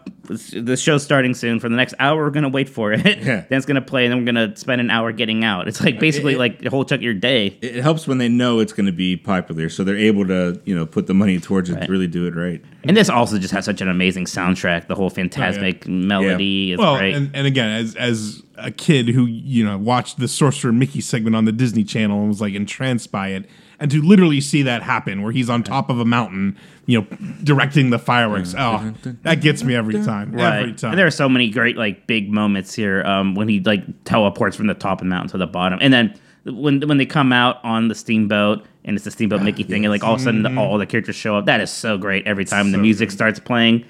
S4: the show's starting soon. For the next hour, we're gonna wait for it.
S5: Yeah.
S4: then it's gonna play, and then we're gonna spend an hour getting out. It's like basically
S5: it-
S4: like the whole chunk of your day.
S5: It it helps when they know it's going to be popular, so they're able to you know put the money towards it
S4: Right.
S5: to really do it right.
S4: And this also just has such an amazing soundtrack. The whole phantasmic melody is
S3: well,
S4: great.
S3: and, and again, as as a kid who you know watched the Sorcerer Mickey segment on the Disney Channel and was like entranced by it, and to literally see that happen, where he's on top of a mountain, you know, directing the fireworks. Oh, that gets me every time. Every time.
S4: And there are so many great like big moments here um, when he like teleports from the top of the mountain to the bottom, and then when when they come out on the steamboat and it's the
S3: Ah,
S4: steamboat Mickey thing, and like all of a sudden the, all the characters show up. That is so great every time the
S3: So
S4: music starts playing.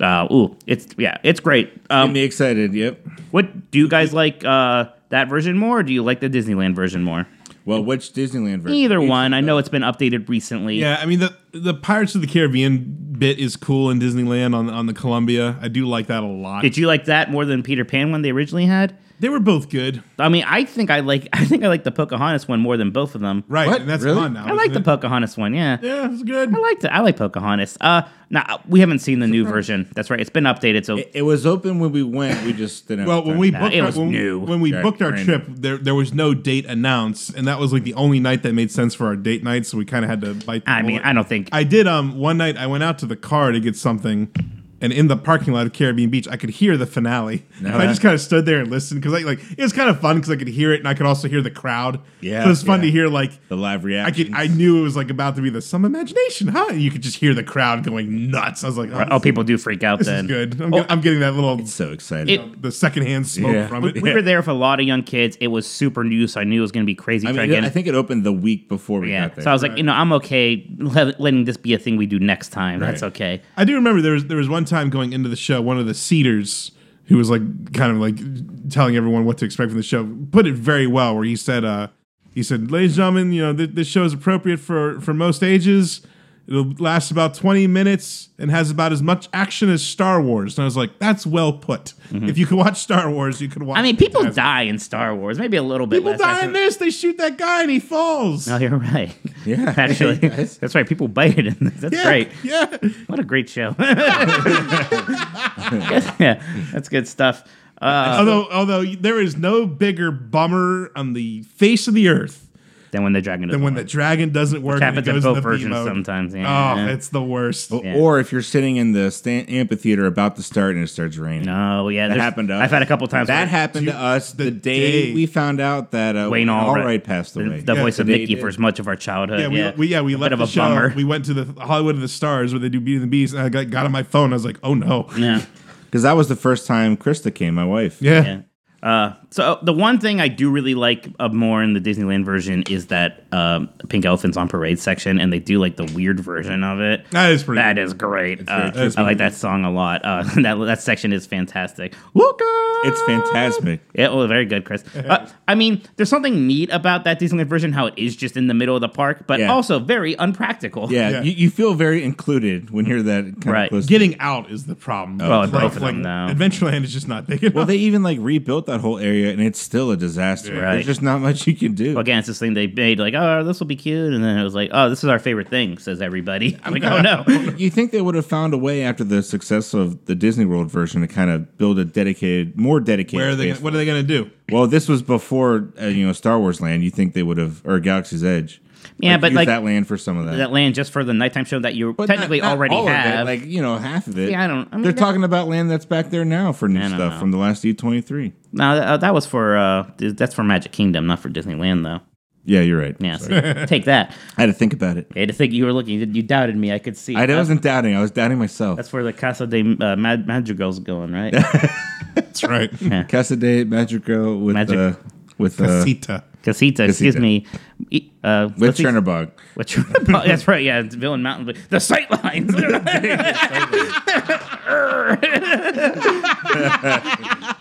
S4: Uh, ooh, it's yeah, it's great.
S5: Get
S4: Um,
S5: me excited. Yep.
S4: what do you guys like uh, that version more? or Do you like the Disneyland version more?
S5: Well, which Disneyland version?
S4: Either one. I know it's been updated recently.
S3: Yeah, I mean the the Pirates of the Caribbean bit is cool in Disneyland on on the Columbia. I do like that a lot.
S4: Did you like that more than Peter Pan one they originally had?
S3: they were both good,
S4: I mean, I think I like I think I like the Pocahontas one more than both of them.
S3: right?
S5: What?
S3: And that's
S5: Really?
S3: gone now.
S4: I like the
S3: isn't it?
S4: Pocahontas one. Yeah,
S3: Yeah, it's good.
S4: I liked it. I like Pocahontas. Uh, now we haven't seen the new version. That's right. It's been updated. So
S5: It, it was open when we went. We just didn't. have
S3: Well,
S5: time.
S3: when we
S4: Nah,
S3: booked
S4: it
S3: our,
S4: was
S3: when,
S4: new.
S3: when we
S5: Yeah,
S3: booked our
S5: brand
S3: trip, there there was no date announced, and that was like the only night that made sense for our date night. So we kind of had to bite. The
S4: I mean,
S3: bullet.
S4: I don't think
S3: I did. Um, one night I went out to the car to get something, and in the parking lot of Caribbean Beach, I could hear the finale. And I
S5: yeah.
S3: just kind of stood there and listened because I like it was kind of fun because I could hear it and I could also hear the crowd.
S5: Yeah,
S3: so it was fun
S5: yeah.
S3: to hear like
S5: the live
S3: I
S5: reaction.
S3: could I knew it was like about to be the some imagination, huh? And you could just hear the crowd going nuts. I was like, oh,
S4: oh people do freak out.
S3: this
S4: then
S3: is good. I'm,
S4: Oh,
S3: get- I'm getting that little
S5: so excited.
S4: It-
S3: the secondhand smoke
S5: Yeah.
S3: from
S4: we,
S3: it.
S4: we were there with a lot of young kids. It was super new, so I knew it was going to be crazy.
S5: I
S4: trying
S5: mean,
S4: to get
S5: I think it opened the week before we
S4: yeah.
S5: got there.
S4: So I was like, you know, I'm okay let- letting this be a thing we do next time. That's
S5: Right.
S4: okay.
S3: I do remember there was there was one time going into the show, one of the Cedars who was like kind of like telling everyone what to expect from the show put it very well, where he said, uh, he said, "Ladies and gentlemen, you know th- this show is appropriate for for most ages. It'll last about twenty minutes and has about as much action as Star Wars." And I was like, "That's well put. If you could watch Star Wars, you could watch."
S4: I mean, people
S3: Fantastic."
S4: die in Star Wars. Maybe a little bit.
S3: People
S4: less.
S3: die in
S4: there.
S3: this. They shoot that guy and he falls.
S4: Oh, you're right.
S5: Yeah.
S4: actually,
S5: Yes.
S4: that's right. People bite it in this. That's
S3: yeah,
S4: great.
S3: Yeah.
S4: What a great show. yeah, that's good stuff. Uh,
S3: although although there is no bigger bummer on the face of the earth
S4: then when the dragon doesn't
S3: than when
S4: work.
S3: the dragon doesn't work
S4: Which
S3: and it
S4: happens in
S3: goes
S4: both
S3: into bee
S4: versions
S3: mode.
S4: sometimes. Yeah.
S3: Oh, it's the worst.
S4: Yeah.
S5: Or if you're sitting in the stand- amphitheater about to start and it starts raining.
S4: no, yeah,
S5: That
S4: there's-
S5: happened to us.
S4: I've had a couple times.
S5: That
S4: where
S5: happened to us the,
S3: the
S5: day,
S3: day-
S5: we found out that uh,
S4: Wayne Allwright,
S5: passed
S4: the,
S5: away.
S4: the voice
S5: the
S4: of
S5: day
S4: Mickey
S5: did.
S4: for as much of our childhood.
S3: Yeah, we,
S4: yeah,
S3: we yeah we
S4: a
S3: left
S4: bit of
S3: the
S4: a
S3: show.
S4: bummer.
S3: We went to the Hollywood of the Stars where they do Beauty and the Beast, and I got, got on my phone. I was like, oh no,
S4: yeah,
S5: Because that was the first time Krista came, my wife.
S3: yeah.
S4: yeah. Uh, so the one thing I do really like uh, more in the Disneyland version is that um, Pink Elephant's on Parade section, and they do like the weird version of it.
S3: That is pretty.
S4: That
S3: good.
S4: is great. Uh,
S3: true.
S4: I like that song a lot. Uh, that that section is fantastic. Look, up!
S5: It's fantastic.
S4: Yeah, well, very good, Chris. Uh, I mean, there's something neat about that Disneyland version, how it is just in the middle of the park, but
S5: Yeah.
S4: also very unpractical.
S5: Yeah,
S3: Yeah.
S5: You, you feel very included when you're that kind
S4: Right.
S5: of close.
S3: Getting out is the problem.
S4: Well, both of them, though.
S3: Adventureland is just not big enough.
S5: well, they even like rebuilt that whole area, and it's still a disaster.
S4: Right.
S5: There's just not much you can do.
S4: Again, it's this thing they made like, oh, this will be cute, and then it was like, oh, this is our favorite thing, says everybody. I'm like, oh no,
S5: You think they would have found a way after the success of the Disney World version to kind of build a dedicated, more dedicated.
S3: Where are they?
S5: space
S3: Gonna, what are they going to do?
S5: Well, this was before uh, you know Star Wars Land. You think they would have or Galaxy's Edge?
S4: Yeah, but,
S5: use
S4: like-
S5: that land for some of that.
S4: that land just for the nighttime show that you
S5: But not-
S4: technically
S5: not
S4: already
S5: all of it,
S4: have.
S5: like you know half of it.
S4: Yeah, I don't- I mean,
S5: They're
S4: that-
S5: talking about land that's back there now for new
S4: I don't
S5: stuff
S4: know.
S5: from the last E twenty three.
S4: no, that, uh, that was for uh, th- that's for Magic Kingdom, not for Disneyland though.
S5: Yeah, you're right.
S4: Yeah, so take that.
S5: I had to think about it.
S4: I had to think you were looking. You you doubted me. I could see.
S5: I wasn't doubting. I was doubting myself.
S4: That's where the Casa de uh, Mad- Madrigal's going, right?
S3: That's right.
S5: Casa de Magico with
S4: Magic-
S5: uh, with uh,
S3: Casita.
S4: Casita, excuse
S5: Casita.
S4: me. E- Uh,
S5: with
S4: let's see-
S5: Chernabog.
S4: Which that's right, yeah, it's Villain Mountain. But the sight lines.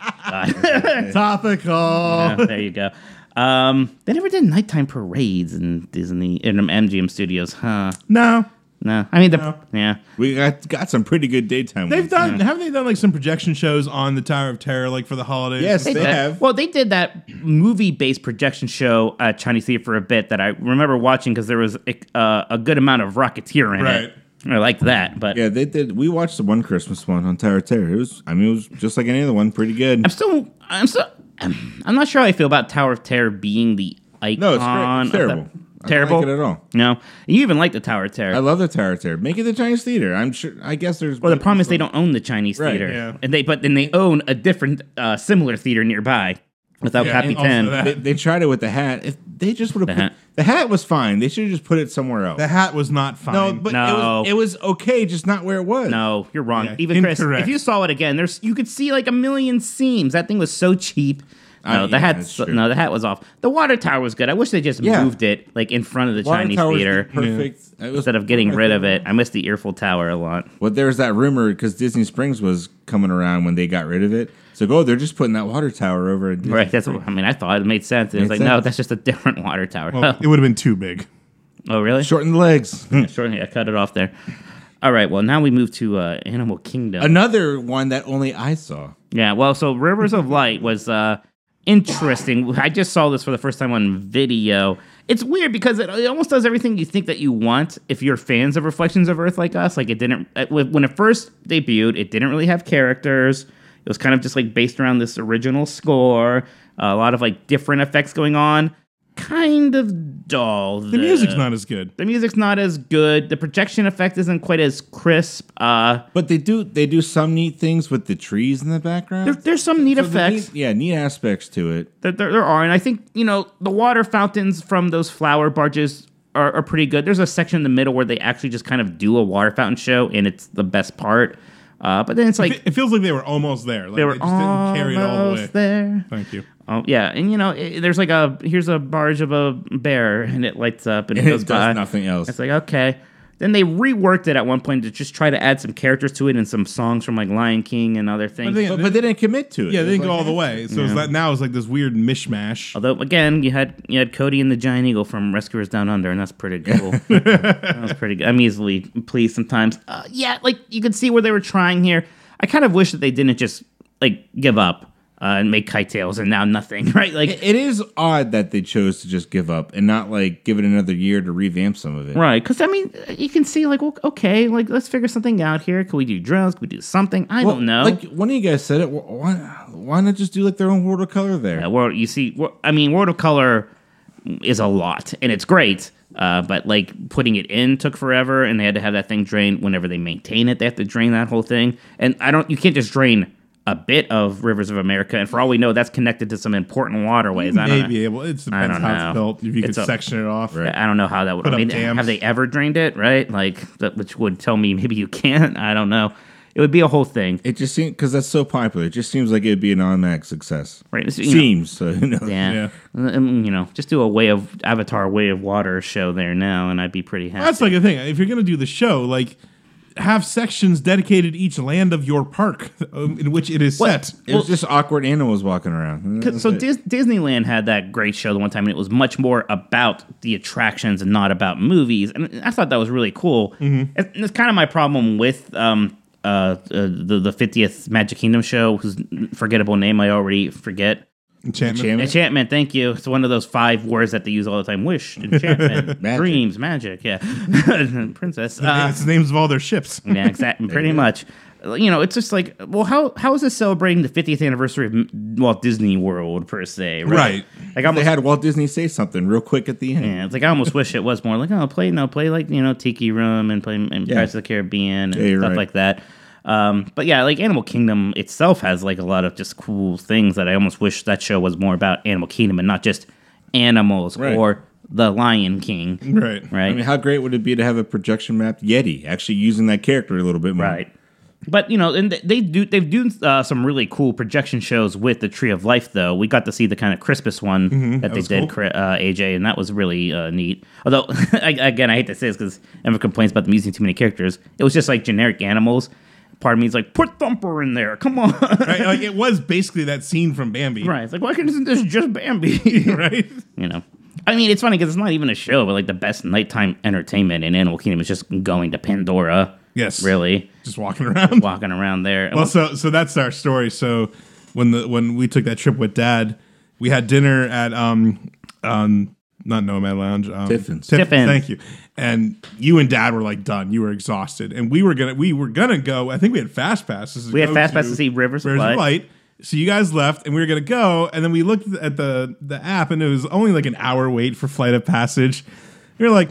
S3: Topical.
S4: Oh, there you go. Um, they never did nighttime parades in Disney in MGM Studios, huh?
S3: No,
S4: No, I mean the
S3: No.
S4: yeah.
S5: We got got some pretty good daytime.
S3: they've
S5: ones.
S3: done. Haven't they done like some projection shows on the Tower of Terror, like for the holidays?
S5: Yes,
S4: They
S5: They
S4: did-
S5: have.
S4: Well, they did that movie-based projection show at Chinese Theater for a bit that I remember watching because there was a, uh, a good amount of Rocketeer in
S3: Right.
S4: it. I like that, but
S5: Yeah, they did. We watched the one Christmas one on Terror Terror. It was, I mean, it was just like any other one, pretty good.
S4: I'm still, I'm still, I'm not sure how I feel about Tower of Terror being the icon.
S5: No, it's great. It's
S4: of the-
S5: terrible. I don't
S4: terrible.
S5: like it at all.
S4: No, you even like the Tower of Terror.
S5: I love the Terror Terror. Make it the Chinese theater. I'm sure. I guess there's.
S4: well, the problem is they don't own the Chinese
S5: Right,
S4: theater,
S3: yeah.
S4: and they but then they own a different, uh, similar theater nearby without
S3: Yeah, and
S4: Copy
S3: also
S4: Ten.
S3: that-
S5: They, they tried it with the hat. If they just would have.
S4: The
S5: put
S4: hat.
S5: The hat was fine. They should have just put it somewhere else.
S3: The hat was not fine.
S5: no, but
S4: No.
S5: It, was, it was okay, just not where it was.
S4: No, you're wrong.
S3: Yeah,
S4: Even Chris,
S3: incorrect.
S4: if you saw it again, there's you could see like a million seams. That thing was so cheap.
S5: I-
S4: No, the
S5: yeah,
S4: hat.
S5: that's true.
S4: No, the hat was off. The water tower was good. I wish they just
S5: Yeah.
S4: moved it like in front of the
S5: Water
S4: Chinese
S5: Tower's the
S4: theater
S5: Perfect. It was
S4: instead of getting
S5: perfect.
S4: rid of it. I miss the Earful Tower a lot.
S5: Well, there was that rumor because Disney Springs was coming around when they got rid of it. So go, they're just putting that water tower over. At Disney
S4: Right. That's what I mean. I thought it made sense. It was
S5: Made
S4: like, no,
S5: sense.
S4: that's just a different water tower.
S3: Well, it would have been too big.
S4: oh, really?
S5: Shorten the legs.
S4: Shortly, I cut it off there. All right. Well, now we move to uh, Animal Kingdom.
S5: Another one that only I saw.
S4: Yeah, well, so Rivers of Light was uh interesting. I just saw this for the first time on video. It's weird because it, it almost does everything you think that you want if you're fans of Reflections of Earth like us. Like it didn't uh, when when it first debuted, it didn't really have characters. It was kind of just like based around this original score, a lot of like different effects going on. Kind of dull.
S3: The music's not as good.
S4: The music's not as good. The projection effect isn't quite as crisp. Uh,
S5: But they do they do some neat things with the trees in the background.
S4: there, there's some neat
S5: So the
S4: effects.
S5: neat- yeah, neat aspects to it.
S4: There, there, there are, and I think you know the water fountains from those flower barges are, are pretty good. There's a section in the middle where they actually just kind of do a water fountain show, and it's the best part. Uh, but then it's like
S3: It it feels like they were almost there. Like
S4: they were
S3: just didn't carry it all the way.
S4: almost there.
S3: Thank you.
S4: Oh yeah, and you know i there's like a here's a barge of a bear, and it lights up and it,
S5: And it
S4: goes
S5: does
S4: by.
S5: nothing else.
S4: It's like okay. Then they reworked it at one point to just try to add some characters to it and some songs from like Lion King and other things.
S3: they-
S5: But, but they didn't commit to it.
S3: Yeah,
S5: It
S3: they
S5: was
S3: didn't go
S5: like,
S3: all the way. So it's like, now it's like this weird mishmash.
S4: Although again, you had you had Cody and the Giant Eagle from Rescuers Down Under, and that's pretty cool. that was pretty good. I'm easily pleased sometimes. Uh, yeah, like you could see where they were trying here. I kind of wish that they didn't just like give up uh, and make kite-tails and now nothing, right? Like
S5: It is odd that they chose to just give up and not like give it another year to revamp some of it.
S4: right? Because I mean, you can see like well, okay, like let's figure something out here. Can we do drones? Can we do something? I
S5: Well,
S4: don't know.
S5: Like one of you guys said it. wh- Why, why not just do like their own world of color there?
S4: Yeah, Uh, world you see wor- i mean world of color is a lot and it's great uh, but like putting it in took forever and they had to have that thing drained whenever they maintain it they have to drain that whole thing and i don't you can't just drain a bit of rivers of america and for all we know that's connected to some important waterways i don't know
S3: Maybe able. It depends
S4: don't
S3: how it's
S4: know.
S3: built. If you could
S4: It's a-
S3: section it off.
S4: I don't know how that would.
S3: Put
S4: I
S3: up
S4: mean,
S3: dams.
S4: have they ever drained it? Right, like that, which would tell me maybe you can't. I don't know. It would be a whole thing.
S5: It just seems because that's so popular. It just seems like it'd be an automatic success.
S4: Right, so, you know-
S5: seems so. You know.
S4: Yeah, Um, you know, just do a way of Avatar, way of water show there now, and I'd be pretty happy.
S3: That's like a thing. If you're gonna do the show, like have sections dedicated each land of your park um, in which it is set.
S5: It was just awkward animals walking around.
S4: Cause, so
S5: That's it.
S4: Dis- Disneyland had that great show the one time, and it was much more about the attractions and not about movies. And I thought that was really cool.
S5: Mm-hmm.
S4: And that's kind of my problem with um, uh, uh, the the fiftieth Magic Kingdom show, whose forgettable name I already forget.
S3: Enchantment.
S5: Enchantment.
S4: Enchantment, thank you. It's one of those five words that they use all the time: wish, enchantment,
S5: Magic.
S4: dreams, magic. Yeah, princess.
S3: Yeah,
S4: Uh,
S3: it's the names of all their ships.
S4: yeah, exactly. Pretty much. You know, it's just like, well, how how is this celebrating the 50th anniversary of M- Walt Disney World per se? Right.
S3: Right.
S4: Like I'm
S5: They had Walt Disney say something real quick at the end.
S4: yeah, it's like I almost wish it was more like oh play no play like you know Tiki Room and play and
S5: Yeah.
S4: Pirates of the Caribbean and
S5: Yeah, you're
S4: stuff
S5: right.
S4: like that. Um, but yeah, like Animal Kingdom itself has like a lot of just cool things that I almost wish that show was more about Animal Kingdom and not just animals
S5: Right.
S4: or the Lion King,
S3: Right.
S4: right?
S5: I mean, how great would it be to have a projection mapped Yeti actually using that character a little bit more?
S4: Right. But you know, and th- they do they've done uh, some really cool projection shows with the Tree of Life. Though we got to see the kind of Crispus one that they
S3: Mm-hmm. was
S4: did,
S3: cool.
S4: Cri- uh, AJ, and that was really uh, neat. Although, I, again, I hate to say this because Emma complains about them using too many characters. It was just like generic animals. Part of me is like, put Thumper in there. Come on, right?
S3: Right, Like it was basically that scene from Bambi.
S4: It's like, why can't isn't this just Bambi?
S3: Right.
S4: you know. I mean, it's funny because it's not even a show, but like the best nighttime entertainment in Animal Kingdom is just going to Pandora.
S3: Yes.
S4: Really,
S3: Just walking around.
S4: walking around there.
S3: Well, so so that's our story. So when the when we took that trip with dad, we had dinner at um um not Nomad Lounge. Um,
S5: Tiffin's.
S3: Tiff-
S4: Tiffin.
S3: Thank you. And you and Dad were like done. You were exhausted, and we were gonna we were gonna go. I think we had fast passes. to
S4: We had
S3: go
S4: fast passes to see Rivers of Light.
S3: So you guys left, and we were gonna go, and then we looked at the the app, and it was only like an hour wait for Flight of Passage. We were like,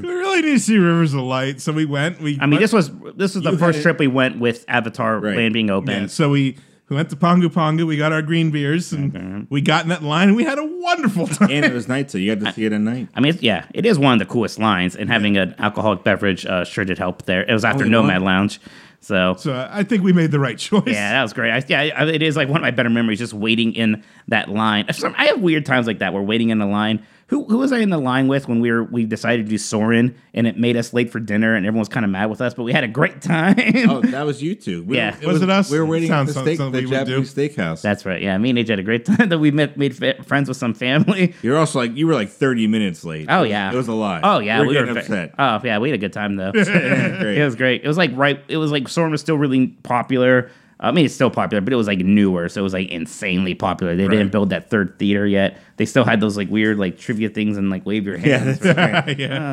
S3: we really need to see Rivers of Light. So we went. We
S4: I mean, this was this was the
S3: You
S4: first
S3: had-
S4: trip we went with Avatar
S5: Right.
S4: Land being open.
S3: Yeah, so we we went to Pongu Pongu. We got our green beers, and we got in that line, and we had a wonderful time.
S5: and it was night, so you got to see it at night.
S4: I mean, it's, yeah, it is one of the coolest lines, and having an alcoholic beverage uh, sure did help there. It was after
S5: Only
S4: Nomad
S5: one.
S4: Lounge, so,
S3: so I think we made the right choice.
S4: yeah, that was great. I, yeah, I- it is like one of my better memories, just waiting in that line. Some- I have weird times like that where waiting in the line. Who who was I in the line with when we were we decided to do Soren, and it made us late for dinner, and everyone was kind of mad with us, but we had a great time.
S5: Oh, that was you two. We,
S4: Yeah.
S3: Was it us?
S5: We were waiting
S3: Sounds
S5: at
S3: something-
S5: the, steak, the
S3: something we would
S5: Japanese steakhouse.
S4: That's right. Yeah, me and AJ had a great time. That we met made fa- friends with some family.
S5: You're also like you were like 30 minutes late.
S4: Oh yeah,
S5: it was a lot.
S4: Oh yeah,
S5: we were,
S4: we
S5: getting
S4: were
S5: upset.
S4: Oh yeah, we had a good time though. it
S5: Great.
S4: was great. It was like right. It was like Soren was still really popular. I mean, it's still popular, but it was like newer, so it was like insanely popular. They didn't build that third theater yet. They still had those like weird like trivia things and like wave your hands. Yeah,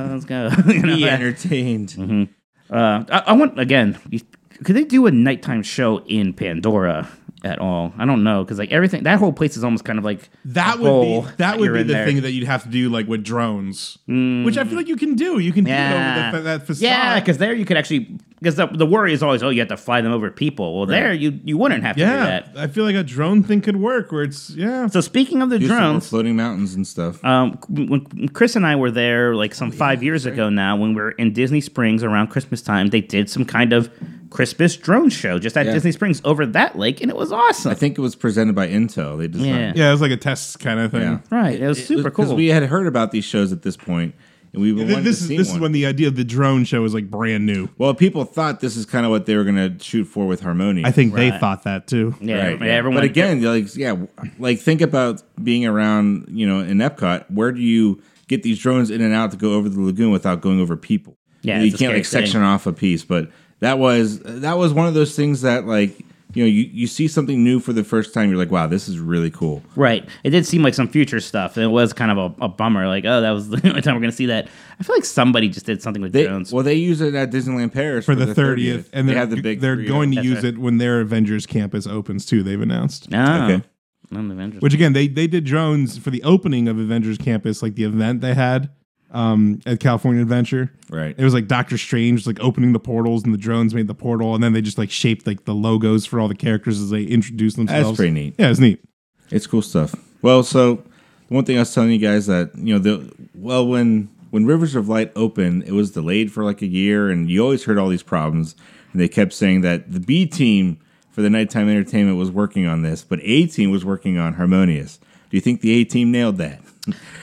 S4: oh, let's go. You know,
S5: Be
S4: that-
S5: entertained.
S4: uh, I, I want again. you- Could they do a nighttime show in Pandora at all? I don't know because like everything that whole place is almost kind of like
S3: That
S4: a
S3: would
S4: bowl
S3: be that would
S4: you're
S3: be
S4: in
S3: the
S4: there.
S3: thing that you'd have to do like with drones, which I feel like you can do. You can
S4: Mm. Yeah,
S3: do it over the, that facade.
S4: yeah, because there you could actually because the, the worry is always oh you have to fly them over people. Well, there you you wouldn't have to do
S3: Yeah,
S4: that.
S3: I feel like a drone thing could work. Where it's yeah,
S4: So speaking of the
S5: Do some more
S4: drones,
S5: floating mountains and stuff.
S4: um, when Chris and I were there like
S3: Oh,
S4: some five years ago now, when we were in Disney Springs around Christmas time, they did some kind of Christmas drone show just at
S5: Yeah.
S4: Disney Springs over that lake, and it was awesome.
S5: I think it was presented by Intel. They designed.
S4: Yeah.
S5: it.
S3: yeah, it was like a test kind of thing.
S5: Yeah.
S4: right, it was super
S5: Because
S4: cool.
S5: we had heard about these shows at this point, and we
S3: Th-
S5: wanted
S3: This
S5: to
S3: is
S5: see
S3: this
S5: one.
S3: is when the idea of the drone show is like brand new.
S5: well, people thought this is kind of what they were going to shoot for with Harmony.
S3: I think they
S4: Right.
S3: thought that too.
S4: yeah,
S5: Right.
S4: yeah, everyone.
S5: But again, like yeah, like think about being around, you know, in Epcot. Where do you get these drones in and out to go over the lagoon without going over people?
S4: Yeah,
S5: you
S4: it's a
S5: can't
S4: scary
S5: like section
S4: thing.
S5: off a piece. But that was that was one of those things that like you know you, you see something new for the first time. You're like, wow, this is really cool.
S4: Right. It did seem like some future stuff. and It was kind of a, a bummer. Like, oh, that was the only time we're going to see that. I feel like somebody just did something with
S5: They,
S4: drones.
S5: well, they use it at Disneyland Paris
S3: for the thirtieth, and
S5: they
S3: they're,
S5: have the big.
S3: they're
S5: three-
S3: going to
S4: That's
S3: use
S4: right.
S3: it when their Avengers campus opens too. They've announced.
S4: oh,
S5: Okay.
S4: None of interest.
S3: Which again, they they did drones for the opening of Avengers campus, like the event they had um, at California Adventure.
S5: Right.
S3: It was like Doctor Strange like opening the portals, and the drones made the portal, and then they just like shaped like the logos for all the characters as they introduced themselves.
S5: pretty neat.
S3: Yeah, it's neat.
S5: It's cool stuff. Well, so one thing I was telling you guys that you know the well when when Rivers of Light opened, it was delayed for like a year, and you always heard all these problems. And they kept saying that the B team for the nighttime entertainment was working on this, but A team was working on Harmonious. Do you think the A team nailed that?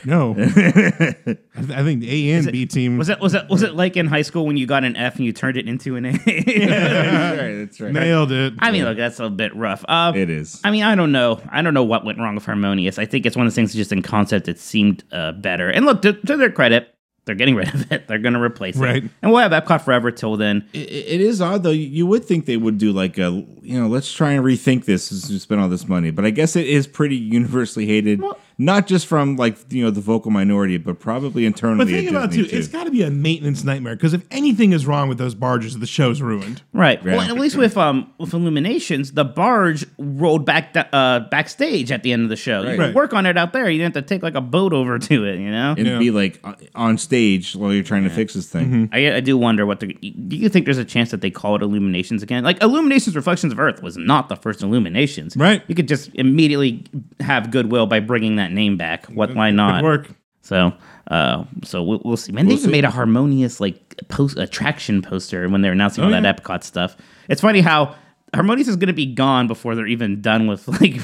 S3: No, I, th- I think the A and B team.
S4: Was it was it was it like in high school when you got an F and you turned it into an A?
S5: that's right. That's right.
S3: Nailed it.
S4: I mean, look, that's a bit rough. Um,
S5: It is.
S4: I mean, I don't know. I don't know what went wrong with Harmonious. I think it's one of those things just in concept it seemed uh, better. And look, to, to their credit, they're getting rid of it. They're going to replace
S3: Right.
S4: it. And we'll have Epcot forever till then.
S5: It- it is odd though. You would think they would do like a you know let's try and rethink this since we spent all this money, but I guess it is pretty universally hated, not just from like you know the vocal minority, but probably internally.
S3: but think
S5: at
S3: about it,
S5: Disney,
S3: too, it's got to be a maintenance nightmare because if anything is wrong with those barges, the show's ruined.
S4: Right.
S5: Yeah.
S4: Well, at least with um with Illuminations, the barge rolled back da- uh backstage at the end of the show. You
S5: Right.
S4: could
S3: Right.
S4: work on it out there. You didn't have to take like a boat over to it. You know.
S5: and
S3: Yeah.
S5: be like o- on stage while you're trying to fix this thing.
S3: Mm-hmm.
S4: I, I do wonder what the. Do you think there's a chance that they call it Illuminations again? Like Illuminations, Reflections of Earth was not the first Illuminations.
S3: Right.
S4: You could just immediately have goodwill by bringing that name back. What? Why
S3: Good
S4: not?
S3: work.
S4: So, uh, so we'll, we'll see. Man, they even
S5: see.
S4: made a harmonious like post attraction poster when they're announcing all
S3: Oh, yeah.
S4: that Epcot stuff. It's funny how Harmonious is going to be gone before they're even done with like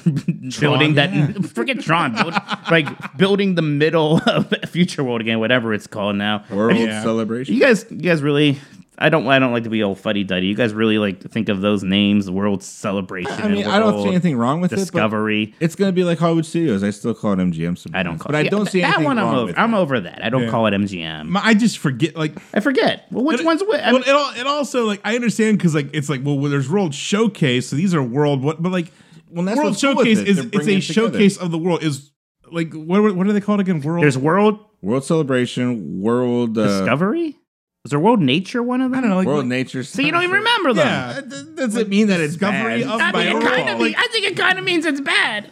S4: building that
S3: yeah.
S4: freaking Tron, build, like building the middle of Future World again, whatever it's called now.
S5: World
S3: Yeah.
S5: celebration.
S4: You guys, you guys really. I don't. I don't like to be all fuddy duddy. You guys really like think of those names, World Celebration.
S5: I mean,
S4: and
S5: I don't
S4: World
S5: see anything wrong with it.
S4: Discovery.
S5: but It's gonna be like Hollywood Studios. I still call it MGM. Sometimes,
S4: I don't call
S5: but I
S4: yeah,
S5: don't see
S4: that
S5: anything
S4: one.
S5: wrong
S4: I'm over.
S5: with
S4: I'm
S5: it.
S4: over that. I don't
S3: Yeah.
S4: call it MGM.
S3: My- I just forget like
S4: I forget. Well, which one's which? I
S3: well,
S4: mean,
S3: it, all, it also like I understand because like it's like well, well, there's World Showcase, so these are world what, but like
S5: Well, that's
S3: World
S5: what's cool with
S3: Showcase
S5: it.
S3: is
S5: They're
S3: it's
S5: bringing
S3: a
S5: it together.
S3: showcase of the world. Is
S1: like what what are they called again? World.
S4: There's World
S5: World Celebration, World uh,
S4: Discovery. Is there World Nature one of them?
S1: I don't know. Like,
S5: World Nature.
S4: So you don't even remember them.
S1: Yeah, does
S5: it mean that it's
S1: discovery
S5: bad?
S1: of
S4: I
S1: my
S4: think, it
S1: world?
S4: kind of,
S1: Like,
S4: I think it kind of means it's bad.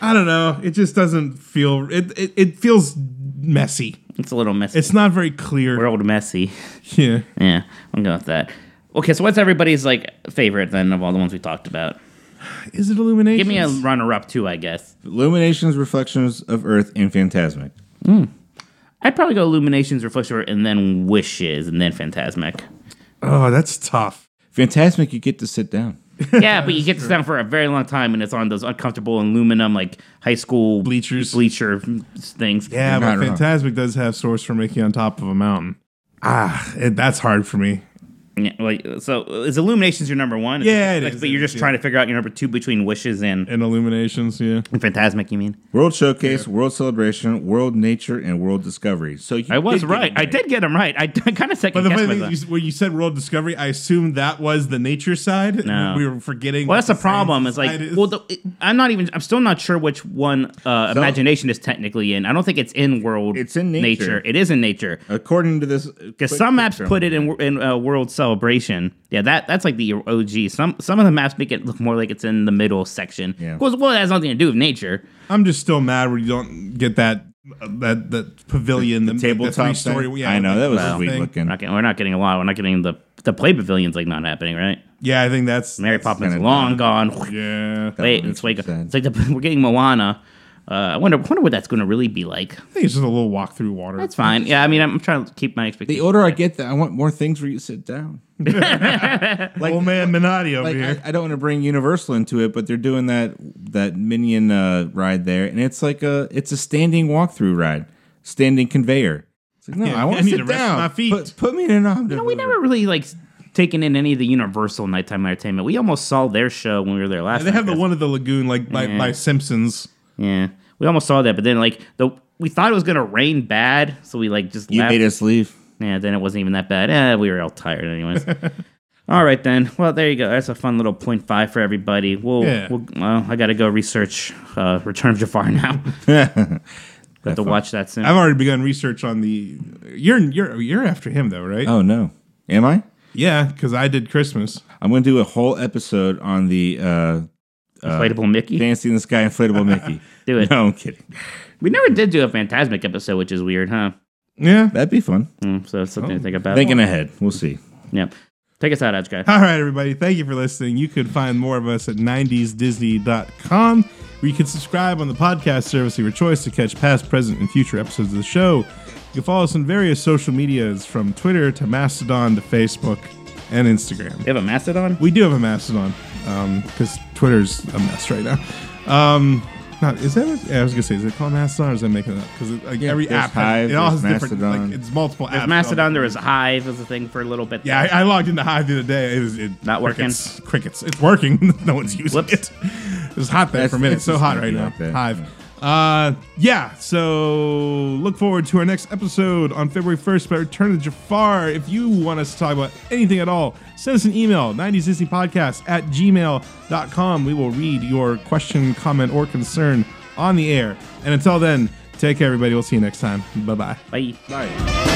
S1: I don't know. It just doesn't feel. It it, it feels messy.
S4: It's a little messy.
S1: It's not very clear.
S4: World messy.
S1: Yeah.
S4: Yeah, I'm going with that. Okay, so what's everybody's like favorite then of all the ones we talked about?
S1: Is it illumination?
S4: Give me a runner-up too, I guess.
S5: Illuminations, Reflections of Earth, and Phantasmic.
S4: I'd probably go Illuminations, Reflection, and then Wishes, and then Phantasmic.
S1: Oh, that's tough.
S5: Phantasmic, you get to sit down.
S4: Yeah, but you get this down for a very long time, and it's on those uncomfortable aluminum like high school
S1: Bleachers.
S4: bleacher things.
S1: Yeah,
S5: Not
S1: but
S5: wrong.
S1: Fantasmic does have source for making on top of a mountain. Ah, it, that's hard for me.
S4: Yeah, like so, is Illuminations your number one?
S1: Yeah, it
S4: Like,
S1: is,
S4: But
S1: it
S4: you're
S1: is,
S4: just
S1: yeah.
S4: trying to figure out your number two between Wishes and,
S1: And illuminations, yeah.
S4: and Phantasmic. You mean?
S5: World Showcase, World Celebration, World Nature, and World Discovery. So you
S4: I was
S5: did get
S4: right.
S5: it
S4: I did get them right. I, kind of
S1: But
S4: second
S1: the
S4: guessed
S1: funny thing
S4: myself.
S1: is, you, when you said world discovery, I assumed that was the nature side.
S4: No.
S1: We were forgetting.
S4: Well,
S1: what
S4: that's the
S1: science
S4: problem. It's like,
S1: side is.
S4: well, the, it- I'm not even. I'm still not sure which one uh,
S5: So-
S4: imagination is technically in. I don't think it's in world.
S5: It's in nature.
S4: It is in nature
S5: According to this,
S4: because some maps put it in in uh, world celebration. Yeah, that that's like the OG. Some some of the maps make it look more like it's in the middle section.
S5: Yeah.
S4: Of course, well, it has nothing to do with nature.
S1: I'm just still mad where you don't get that uh, that that pavilion, the, the
S5: tabletop
S1: story.
S5: thing. I know that was weak
S1: thing.
S5: looking.
S4: We're not, getting, we're not getting a lot. We're not getting the the play pavilion's like not happening, right?
S1: Yeah, I think that's
S4: Mary Poppins
S5: kinda
S4: long gone.
S1: Yeah, I
S4: Wait,
S5: makes
S4: it's like it's
S5: sense.
S4: like the, we're getting Moana. Uh, I wonder wonder what that's going to really be like.
S1: think it's just a little walk through water.
S4: That's fine. Yeah, I mean, I'm trying to keep my expectations.
S5: The older I get, that I want more things where you sit down. like,
S1: Old man Minotti over
S5: like
S1: here.
S5: I, I don't want to bring Universal into it, but they're doing that that Minion uh, ride there, and it's like a it's a standing walkthrough ride, standing conveyor. It's like no,
S1: Yeah,
S5: I want
S1: I
S5: to
S1: need
S5: sit
S1: to rest
S5: down.
S1: my feet.
S5: Put, put me in an omnibus.
S4: No, we never really like taken in any of the Universal nighttime entertainment. We almost saw their show when we were there last.
S1: they
S4: night,
S1: have the
S4: guys.
S1: one at the lagoon, like by, by Simpsons.
S4: Yeah, we almost saw that, but then like the we thought it was gonna rain bad, so we like just
S5: You
S4: left.
S5: made us leave.
S4: Yeah, then it wasn't even that bad. Eh, we were all tired anyways. all right then. Well, there you go. That's a fun little point five for everybody. We'll,
S1: Yeah.
S4: we'll well, I got to go research uh, Return of Jafar now. Have to watch that soon.
S1: I've already begun research on the. You're you're you're after him though, right?
S5: Oh no, am I?
S1: Yeah, because I did Christmas.
S5: I'm going to do a whole episode on the uh,
S4: Inflatable Mickey.
S5: Dancing in the Sky inflatable Mickey.
S4: Do it.
S5: No, I'm kidding.
S4: We never did do a Phantasmic episode, which is weird, huh?
S1: Yeah.
S5: That'd be fun.
S4: Mm, so it's something to think about.
S5: Thinking ahead, we'll see.
S4: Yep. Take us out, Edge guy.
S1: All right, everybody. Thank you for listening. You can find more of us at 90sdisney.com, where you can subscribe on the podcast service of your choice to catch past, present, and future episodes of the show. You can follow us on various social medias from Twitter to Mastodon to Facebook and Instagram.
S4: You have a Mastodon?
S1: We do have a Mastodon because Twitter's a mess right now. Um, not, is that? What, yeah, I was gonna say, is it called Mastodon? or Is that making it up? Because like every
S5: there's
S1: app, has,
S5: Hive,
S1: it all has
S5: there's
S1: different.
S5: Mastodon.
S1: Like, it's multiple apps.
S4: There's Mastodon. There was Hive was a thing for a little bit.
S1: Yeah, I, I logged into Hive the other day. It was it,
S4: Not working?
S1: Crickets, crickets. It's working. no one's using
S4: Whoops.
S1: it. It was hot there
S5: That's-
S1: for a minute. It's
S5: that's
S1: so
S5: just
S1: hot
S5: gonna
S1: right
S5: be
S1: now.
S5: like that.
S1: Hive. Uh, yeah. So look forward to our next episode on February first about Return of Jafar. If you want us to talk about anything at all, send us an email 90s Disney Podcast at gmail.com. We will read your question, comment, or concern on the air. And until then, take care, everybody. We'll see you next time. Bye bye.
S4: Bye.
S5: Bye.